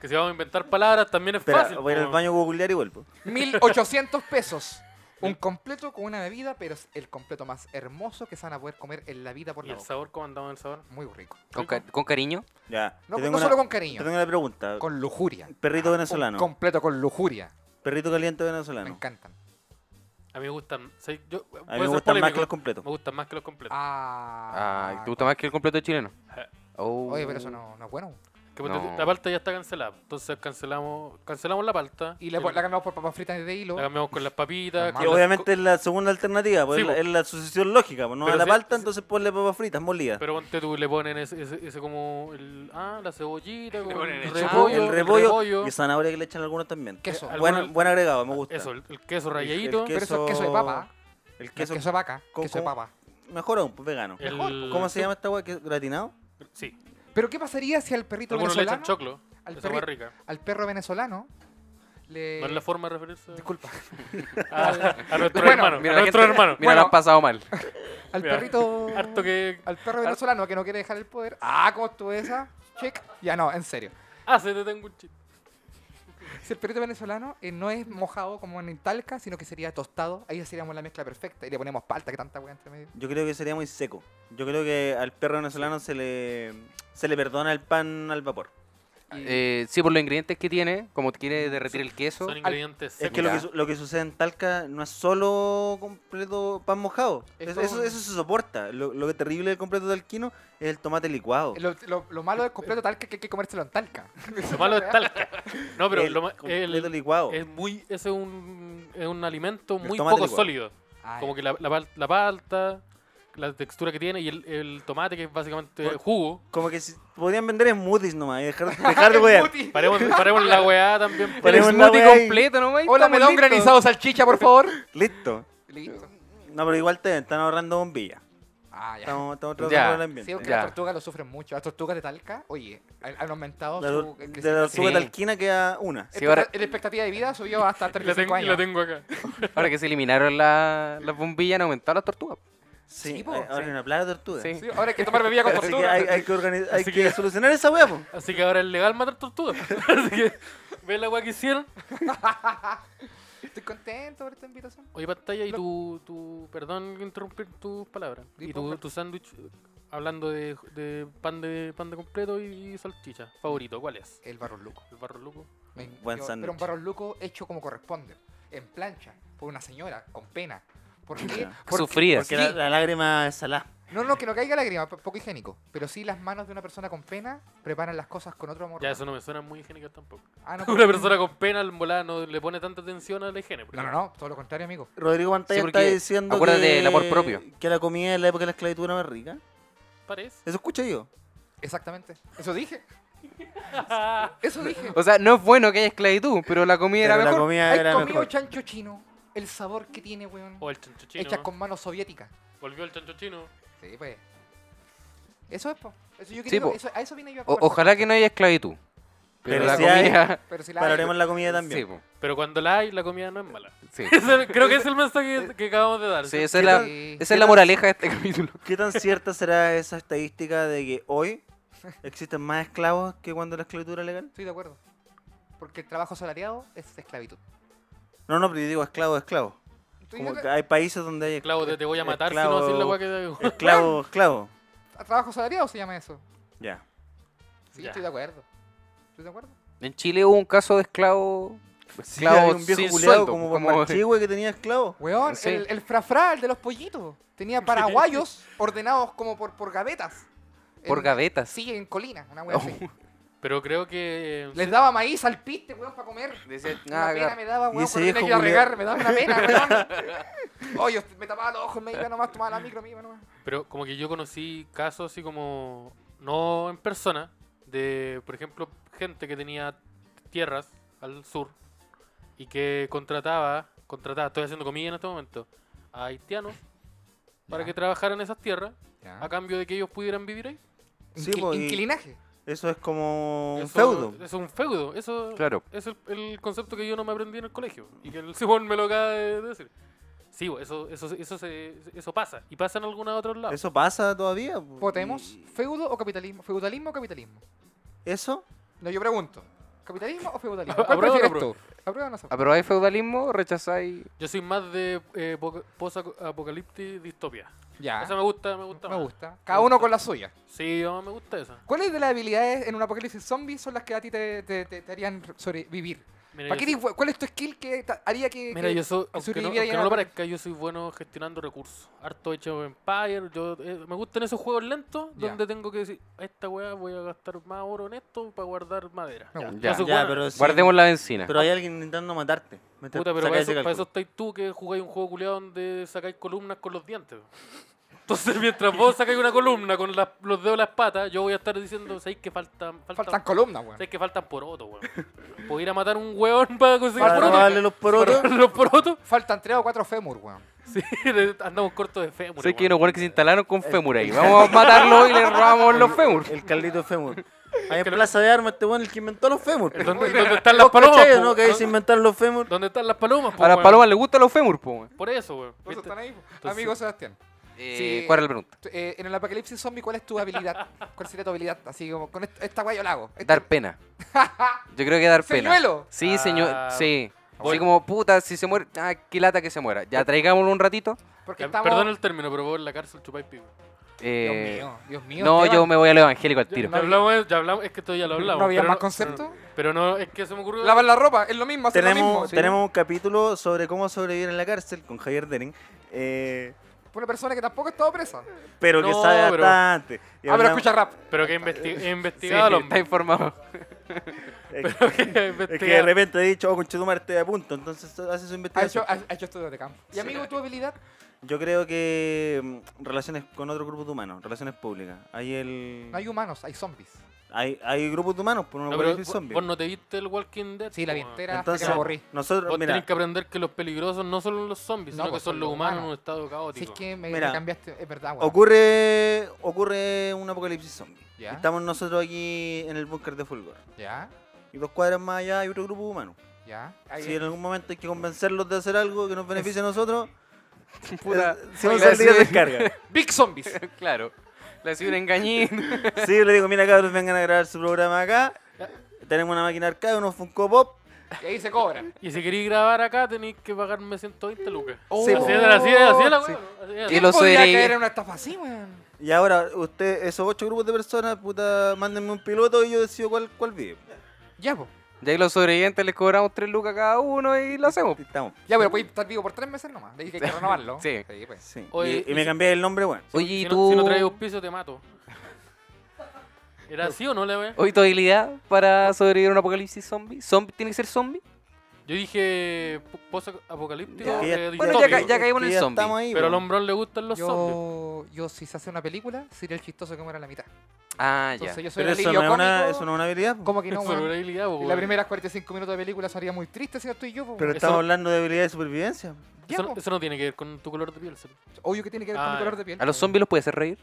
Que si vamos a inventar palabras también es
Espera,
fácil.
voy
po,
al
weón.
baño a googlear y vuelvo.
1800 pesos. Un completo con una bebida, pero es el completo más hermoso que se van a poder comer en la vida por
¿Y
la
el
boca.
sabor? ¿Cómo andamos en el sabor?
Muy rico.
Con, ca- con cariño.
Ya.
No,
te
no
tengo una-
solo con
te
cariño,
tengo una pregunta.
con lujuria. Ah,
Perrito
Un
venezolano.
completo con lujuria.
Perrito caliente
Me
venezolano.
encantan.
A mí me gustan. ¿sabes? Yo,
A mí me gustan más que los completos.
Me gustan más que los completos.
Ah,
Ah, ¿te gusta más que el completo chileno?
Ja.
Oh.
Oye, pero eso no, no es bueno.
Que ponte tú,
No.
La palta ya está cancelada. Entonces cancelamos cancelamos la palta.
Y la,
el-
la cambiamos por papas fritas de hilo.
la cambiamos con las papitas.
Normal.
con
Que
Habla-
las-
obviamente es la segunda alternativa, pues,
Sí,
es, la,
po.
es la sucesión lógica. pues, no
Pero
a la
si-
palta, entonces ponle papas fritas molidas.
Pero ponte tú, le ponen ese, ese, ese como. El, ah, la cebollita. con
ponen
el
el
repollo.
el rebollo, y zanahoria que le echan algunos también.
Queso.
Eh, al-
Bueno,
algunos-
buen agregado, me gusta.
Eso, el, el queso rayadito.
el
pero eso es queso de papa.
El
Queso,
queso,
queso de vaca,
con-
queso de
con-
papa.
mejor aún, pues vegano.
el-
¿Cómo se llama esta hueá? ¿Gratinado?
Sí.
Pero ¿qué pasaría si al perrito
Algunos le echan
venezolano,
choclo.
al eh,
Esa hueá
perri-
rica.
al perro venezolano, le...
No es la forma de referirse
Disculpa.
a, a nuestro
Bueno,
hermano.
Mira,
a
la
nuestro
gente-
hermano.
Mira, lo
Bueno.
has pasado mal.
Al
Mira,
perrito...
Harto que
Al perro venezolano que no quiere dejar el poder. Ah, ¿cómo estuvo esa? Check. Ya no, en serio.
hace, Ah, te tengo un chiste.
Si el perrito venezolano eh, no es mojado como en Talca, sino que sería tostado, ahí seríamos la mezcla perfecta. Y le ponemos palta, que tanta hueá entre medio.
Yo creo que sería muy seco. Yo creo que al perro venezolano se le, se le perdona el pan al vapor.
Eh, sí, por los ingredientes que tiene, como quiere derretir el queso.
Son ingredientes
Es
secos.
que lo, que
Ya.
su- lo que sucede en Talca no es solo completo pan mojado.
Es
Es-
todo
eso,
un-
eso se soporta. Lo, lo que terrible del completo talquino es el tomate licuado.
Eh, Lo, lo- lo malo del completo Talca es que hay que comérselo en Talca.
Lo malo es talca. No, pero
el
lo ma- el-
completo licuado.
es muy ese es un, es un alimento
El
muy
tomate
poco
licuado.
sólido.
Ah,
Como
ya.
que la, la, pal- la palta, la textura que tiene y el, el tomate que es básicamente
Por-
jugo.
Como que si, podrían vender smoothies nomás y dejar, dejar de wear.
Muti.
Paremos, paremos la weá también.
El
Ponemos la
smoothie
wea ahí.
completo nomás. y
Hola,
estamos
me da un
listos.
granizado salchicha, por favor.
Listo.
Listo.
No, pero igual te están ahorrando bombillas.
Ah, ya.
Estamos, estamos
Ya.
tratando el
Sí,
ambiente.
porque
Ya.
las tortugas lo sufren mucho. Las tortugas de Talca, oye, han han aumentado
La-
su
de la
crecimiento.
tortuga
Sí.
talquina queda una.
Sí, ahora-
La expectativa de vida subió hasta
Y la
35
tengo, y la
años.
tengo acá.
Ahora que se eliminaron la- las bombillas, han aumentado las tortugas.
Sí,
Sí, po.
ahora hay una plaga de tortuga.
Sí.
Sí, ahora hay que tomar bebida con
Así que
tortuga.
hay, hay que, organi- hay
Así
que
que-
solucionar esa wea, po.
Así que ahora es legal matar tortugas. Así que, ¿ves la weá que hicieron?
Estoy contento por esta invitación.
Oye, pantalla, y
Lo-
tu, tu. Perdón interrumpir tus palabras.
Di,
Y
por
tu,
favor.
tu sándwich, eh, hablando de, de pan de pan de completo y, y salchicha. Favorito, ¿cuál es?
El barro luco.
El barro luco.
Me en-
Buen
yo-
sándwich.
pero un barro luco hecho como corresponde. En plancha. Por una señora, con pena. ¿Por qué?
Ya.
Porque-
Sufrías.
porque
Porque
Sí.
la, la lágrima es salada.
No, no, que no caiga lágrima, po- poco higiénico. Pero sí las manos de una persona con pena preparan las cosas con otro amor.
Ya, eso no me suena muy higiénico tampoco.
Ah, no,
Una
pero-
persona con pena en volada no le pone tanta atención a la higiene. por
No, no,
ejemplo.
no, todo lo contrario, amigo.
Rodrigo Pantalla
Sí,
está
porque
diciendo
acuérdate
que,
del amor propio.
que la comida en la época de la esclavitud era más rica.
Parece.
Eso escucho yo.
Exactamente. Eso dije. Eso dije.
O sea, no es bueno que haya esclavitud, pero la comida
Pero
era
la
mejor.
comida
¿Has
era
comido
mejor.
chancho chino? El sabor que tiene, weón.
O el chancho chino.
Hechas con manos soviéticas.
Volvió el chancho chino.
Sí, pues. Eso es, po. Eso yo
Sí,
creo
po.
eso, a eso vine yo a
O-
conversar.
ojalá que no haya esclavitud. Pero,
Pero
la
si hay-
comida.
Pero si la hay,
Valoremos la comida
Sí,
también.
po,
Pero cuando la hay, la comida no es mala.
sí.
Eso- Creo que es el mensaje que acabamos de dar.
Sí,
¿sí?
esa es
¿Qué
la,
tal-
esa es la moraleja de este capítulo.
¿Qué tan cierta será esa estadística de que hoy existen más esclavos que cuando la esclavitud era legal?
Estoy de acuerdo. Porque el trabajo salariado es esclavitud.
No, no, pero yo digo esclavos, esclavos.
Estoy
Como
yo-
que hay países donde hay
Claudio, te, te voy a matar si no haces la
Esclavo-
weá que te digo.
esclavos, esclavos.
¿a ¿Trabajo salariado se llama eso?
Ya.
Sí,
Ya.
estoy de acuerdo. ¿Estoy de acuerdo?
En Chile hubo un caso de esclavo.
Sí, había
Esclavo
un viejo
sin
culiao
sueldo.
como,
como-
como Chihue que tenía esclavos.
Weón,
Sí.
el, el frafra, el de los pollitos. Tenía paraguayos ordenados como por, por gavetas.
por
En-
gavetas.
Sí, en colina, una weá así.
Oh.
Pero creo que. eh,
Les daba maíz al piste, weón, para comer.
Decía,
Una
"Ah,
pena me daba,
Y
weón,
ese
cuando tenía
viejo
que ir a
culiao-
regar, me daba una pena, weón. Oh, yo me tapaba los ojos, me iba nomás, tomaba la micro, me iba nomás.
Pero como que yo conocí casos así como, no en persona, de, por ejemplo, gente que tenía tierras al sur y que contrataba, contrataba, estoy haciendo comida en este momento, a haitianos para
Ya.
que trabajaran esas tierras a cambio de que ellos pudieran vivir ahí.
Sí,
Inqui-
po, y-
inquilinaje.
Eso es como un
Eso-
feudo.
Es un feudo, eso
Claro.
es el, el concepto que yo no me aprendí en el colegio y que el Simón me lo acaba de decir. Sí, bo, eso, eso, eso, se- eso pasa y pasa en algunos otros lados.
Eso pasa todavía. po.
¿Votemos?
Y-
¿Feudo o capitalismo? ¿Feudalismo o capitalismo?
¿Eso?
No, yo pregunto. ¿Capitalismo o feudalismo?
¿Aprueba
¿Cuál
o no
prefieres tú?
aprueba?
¿Aprueba o no se aprueba?
¿Aprobáis feudalismo? ¿Rechazáis?
Yo soy más de eh, po- post-apocalipsis distopia.
Ah.
Ya.
Esa me gusta, me gusta.
Me
más.
gusta. Cada uno con la suya.
Sí, no, me gusta esa.
¿Cuáles de las habilidades en un apocalipsis zombie son las que a ti te, te- te- te harían sobrevivir?
Mira,
¿Para
yo
qué
soy-
eres bu- ¿Cuál es tu skill que ta- haría que,
Mira,
que
yo soy, aunque no,
sobrevivir ahí
aunque
en
no lo
Apocalipsis?
parezca, yo soy bueno gestionando recursos. Harto hecho Empire, yo, eh, me gustan esos juegos lentos
Ya.
donde tengo que decir, a esta weá voy a gastar más oro en esto para guardar madera.
Me gusta.
Ya,
Yo soy
Ya,
bueno-
pero sí.
Guardemos la benzina.
Pero hay alguien intentando matarte. mientras
Puta, pero
sacas
para
ese
eso, para eso
cálculo.
estáis tú que jugáis un juego culiado donde sacáis columnas con los dientes. Entonces, mientras vos sacáis una columna con las- los dedos de las patas, yo voy a estar diciendo, ¿sabéis que faltan, faltan,
Faltan columnas, weón.
¿sabéis que faltan porotos, weón? Puedo ir a matar un weón para conseguir
Para
porotos.
robarle los porotos.
los porotos.
Faltan tres o cuatro fémur, weón.
Sí, andamos cortos de fémur.
Sé que hay
weón.
unos weones que se instalaron con fémur ahí. Vamos a matarlos y les robamos los fémur.
El Carlito Fémur. Ahí en Plaza de Armas, este weón, el que inventó los Fémur.
¿Dónde, dónde están las
¿Vos cachai
palomas?
o
po?
¿no? Que ahí se
¿Dónde-
inventaron los Fémur.
¿Dónde están las palomas? po,
A las
weón?
palomas les gustan los fémur, po. weón.
Por eso, weón.
Por eso
¿Viste?
están ahí, po.
Entonces-
Amigo Sebastián.
Eh,
Sí.
¿Cuál es la pregunta?
tú- eh, en el apocalipsis zombie, ¿cuál es tu habilidad? ¿Cuál sería tu habilidad? Así como, con esta, esta weá yo la hago. Esta-
Dar pena. Yo creo que dar pena.
Señuelo.
Sí, señor.
Ah,
Sí.
voy.
Así como, puta, si se muere. Ah, qué lata que se muera. Ya traigámoslo un ratito.
Porque
Ya,
estamos...
Eh, Perdón el término, pero vos en la cárcel chupáis pico.
Dios
Eh,
mío, Dios mío.
no,
Esteban.
yo me voy al evangélico al
Ya,
tiro.
ya hablamos, de- ya hablamos, es que esto ya lo hablamos.
¿No había
pero
más concepto?
Pero, pero no, es que se me ocurrió.
Lavar la ropa, es lo mismo, hacer lo mismo.
Tenemos,
sí.
tenemos un capítulo sobre cómo sobrevivir en la cárcel con Javier Dering. eh,
Una persona que tampoco ha estado presa.
pero que
No,
sabe
pero-
bastante. Y
Ah, pero
hablamos-
escucha rap.
Pero que investi he
Sí,
investigado al
está
hombre.
informado.
es que-
Pero que he
Es que de
investigado.
repente he dicho, oh, conchetumar, estoy a punto. Entonces hace su
Ha
investigación.
hecho, ha, ha hecho estudios de campo. Y amigo, tu habilidad.
Yo creo que mm, relaciones con otros grupos de humanos, relaciones públicas. Hay el.
No hay humanos, hay zombies.
Hay, hay grupos de humanos por una
No,
no,
pero
decir
vos,
zombie.
vos no te viste el Walking Dead.
Sí, la
po,
vi
weón.
entera. hasta que
Entonces,
me aburrí.
nosotros,
Vos
mira,
tenés que aprender que los peligrosos no son los zombies,
No,
sino
pues,
que son los humanos en un estado
Si es
caótico.
que me, me
Mira.
cambiaste, es verdad, weón.
ocurre, ocurre un apocalipsis zombie.
Ya.
Y Estamos nosotros aquí en el búnker de Fulgor.
Ya,
Y dos cuadras más allá hay otro grupo humano.
ya.
Si en algún momento hay que convencerlos de hacer algo que nos beneficie a nosotros,
Puta.
eh, si vamos
Oiga,
a salir
sí.
descarga.
Big zombies.
claro. Le hacía un engañín.
Sí, yo le digo, mira cabros, vengan a grabar su programa acá. Tenemos una máquina arcade, unos Funko Pop.
y ahí se cobran.
Y si queréis grabar acá, tenéis que pagarme 120 lucas.
Sí,
Así es, así es, así es la
Oh. Sí.
weá, ¿no? Así es.
Y
¿Quién
los
podría
ODNI.
caer en una estafa así, weón?
Y ahora, usted, esos ocho grupos de personas, puta, mándenme un piloto y yo decido cuál, cuál vive.
Ya, po.
Ya y los sobrevivientes les cobramos 3 lucas cada uno y
Oh.
lo hacemos.
Y Estamos.
Ya, pero puede estar vivo por tres meses nomás. Le dije que hay que renovarlo.
Sí.
pues.
Sí.
Oye,
y, y
y
me
si-
cambié el nombre, bueno.
Oye,
si
¿y
no-
tú?
si no traes auspicio, te mato. ¿Era así o no, la wea?
Hoy tu habilidad para sobrevivir a un apocalipsis zombie. ¿Zombie tiene que ser zombie?
Yo dije post-apocalíptico.
Ya, ya-
bueno, ya ca- ya caímos en
que
el zombie.
Estamos ahí,
pero al
po.
hombrón le gustan los zombies.
Yo, yo, si se hace una película, sería el chistoso que muera la mitad.
Ah, ya.
Entonces yo soy
Pero
el
eso
alivio
no, es una,
cómico.
eso no es una habilidad. po.
¿Cómo que no,
Eso no era
weón?
habilidad, po,
Y
weón.
las primeras 45 minutos de película sería muy triste si no estoy yo, po,
Pero
eso
weón.
estamos
no-
hablando de habilidad de supervivencia.
Ya,
Eso,
po.
eso no tiene que ver con tu color de piel. Seba.
Obvio que tiene que ver con
Ah,
mi color de piel.
¿A los
po.
zombies los puede hacer reír?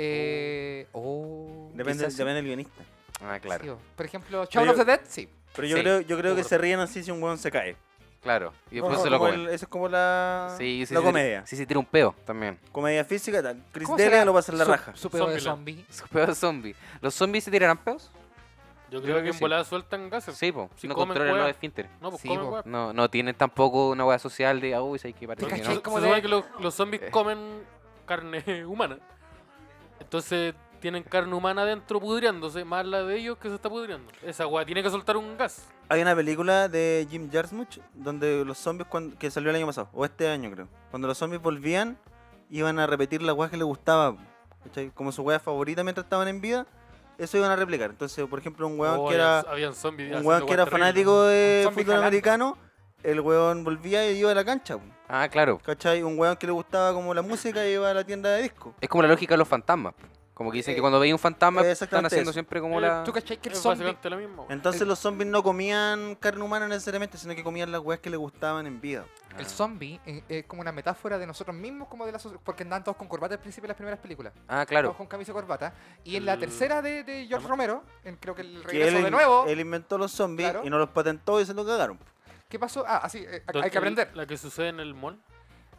Eh, oh,
Depende,
Quizás sí.
depende del guionista.
Ah,
sí,
claro.
oh. Por ejemplo, Shaun
yo-
of the Dead, sí.
Pero yo
Sí.
creo, yo creo que
Por-
se ríen así si un weón se cae.
Claro. Y después
Como-
se lo
como
comen.
el- eso es como la,
Sí, sí,
la
sí,
comedia.
Sí, sí, tira un peo también.
Comedia física, tal. Chris
¿Cómo
Delia
será
lo va a hacer la
su-
raja.
Su pedo de
Zombieland.
zombie.
Su peo zombie. ¿Los zombies se tirarán peos?
Yo creo
creo
que,
que
en
sí.
volada sueltan gases.
Sí, po.
Si
no
comen
controlan
hueá.
los esfínteres.
No, pues
Sí,
comen
po.
weá.
No, no tienen tampoco una hueá social de, uy, hay que parar.
¿Te
que
cachai?
no".
Se
como
supone
de-
que los, los zombies comen carne humana. Entonces tienen carne humana adentro pudriéndose, más la de ellos que se está pudriendo. Esa weá tiene que soltar un gas.
Hay una película de Jim Jarmusch donde los zombies cuan- que salió el año pasado, o este año creo, cuando los zombies volvían, iban a repetir la weá que les gustaba, ¿cachai? como su weá favorita mientras estaban en vida, eso iban a replicar. Entonces, por ejemplo, un weón
Oh,
que
habían-
era,
habían zombies
un
haciendo
weón que
weas
era
terribles.
fanático de
Un zombie
fútbol
jalando.
americano, el weón volvía y iba a la cancha, po,
Ah, claro.
¿cachai? Un weón que le gustaba como la música iba a la tienda de disco.
Es como la lógica de los fantasmas. po. Como que dicen
Eh,
que cuando veis un
eh,
fantasma están
exactamente
haciendo
eso.
siempre como
Eh,
la...
¿Tú cachai que el
Es
zombie
básicamente la misma. weá.
Eh,
Entonces los zombies no comían carne humana necesariamente, sino que comían las weas que les gustaban en vida.
El zombie eh, es como una metáfora de nosotros mismos, como de la so- porque andaban todos con corbata al principio de las primeras películas.
Ah,
Todos
claro.
con camisa y corbata. Y en la
El-
tercera de, de George
la-
Romero, en creo que el
Que
regreso
él,
de nuevo,
él inventó los zombies
Claro.
y no los patentó y se los cagaron.
¿qué pasó? Ah, así, eh, hay
Entonces,
que aprender.
La que sucede en el mall.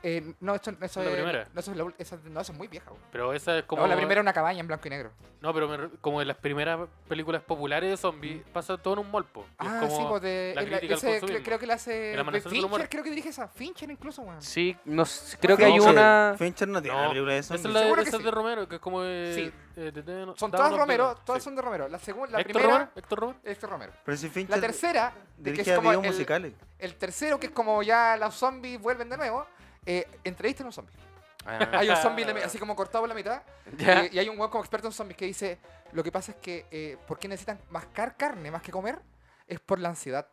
Eh, no, esto, eso
Es la
es.
primera.
No, eso es la ul- esa- no, eso es muy vieja, güey.
Pero esa es como.
No, la primera es una cabaña en blanco y negro.
No, pero me re- como de las primeras películas populares de zombies, pasa todo en un molpo.
Ah, sí, pues de.
la
es la-
crítica al
ese cre-
consumismo.
creo que la hace.
El amanecer
de
del humor.
Fincher, creo que dirige esa. Fincher incluso, weón.
Sí, no sé, creo que hay
Fincher-
una.
Fincher no tiene
No,
una película de
Esa
zombies.
es la
Seguro
de,
que
esa es
sí.
de Romero, que es como de.
Sí.
eh, de- de-
Son
Down
todas
of
Romero,
Beatles,
todas
sí.
son de Romero. La segunda, la
¿Héctor
primera,
Romero? ¿Héctor Romero?
Héctor Romero.
Pero si Fincher
La tercera, de que
dirige
es como
videos
el,
musicales.
el tercero, que es como ya los zombies vuelven de nuevo, eh, entrevistan a un zombie. Hay un zombie en la mi- así como cortado por la mitad.
Ah, Ya.
Eh, Y, y hay un weón como experto en zombies que dice, lo que pasa es que eh, ¿por qué necesitan mascar carne más que comer? Es por la ansiedad.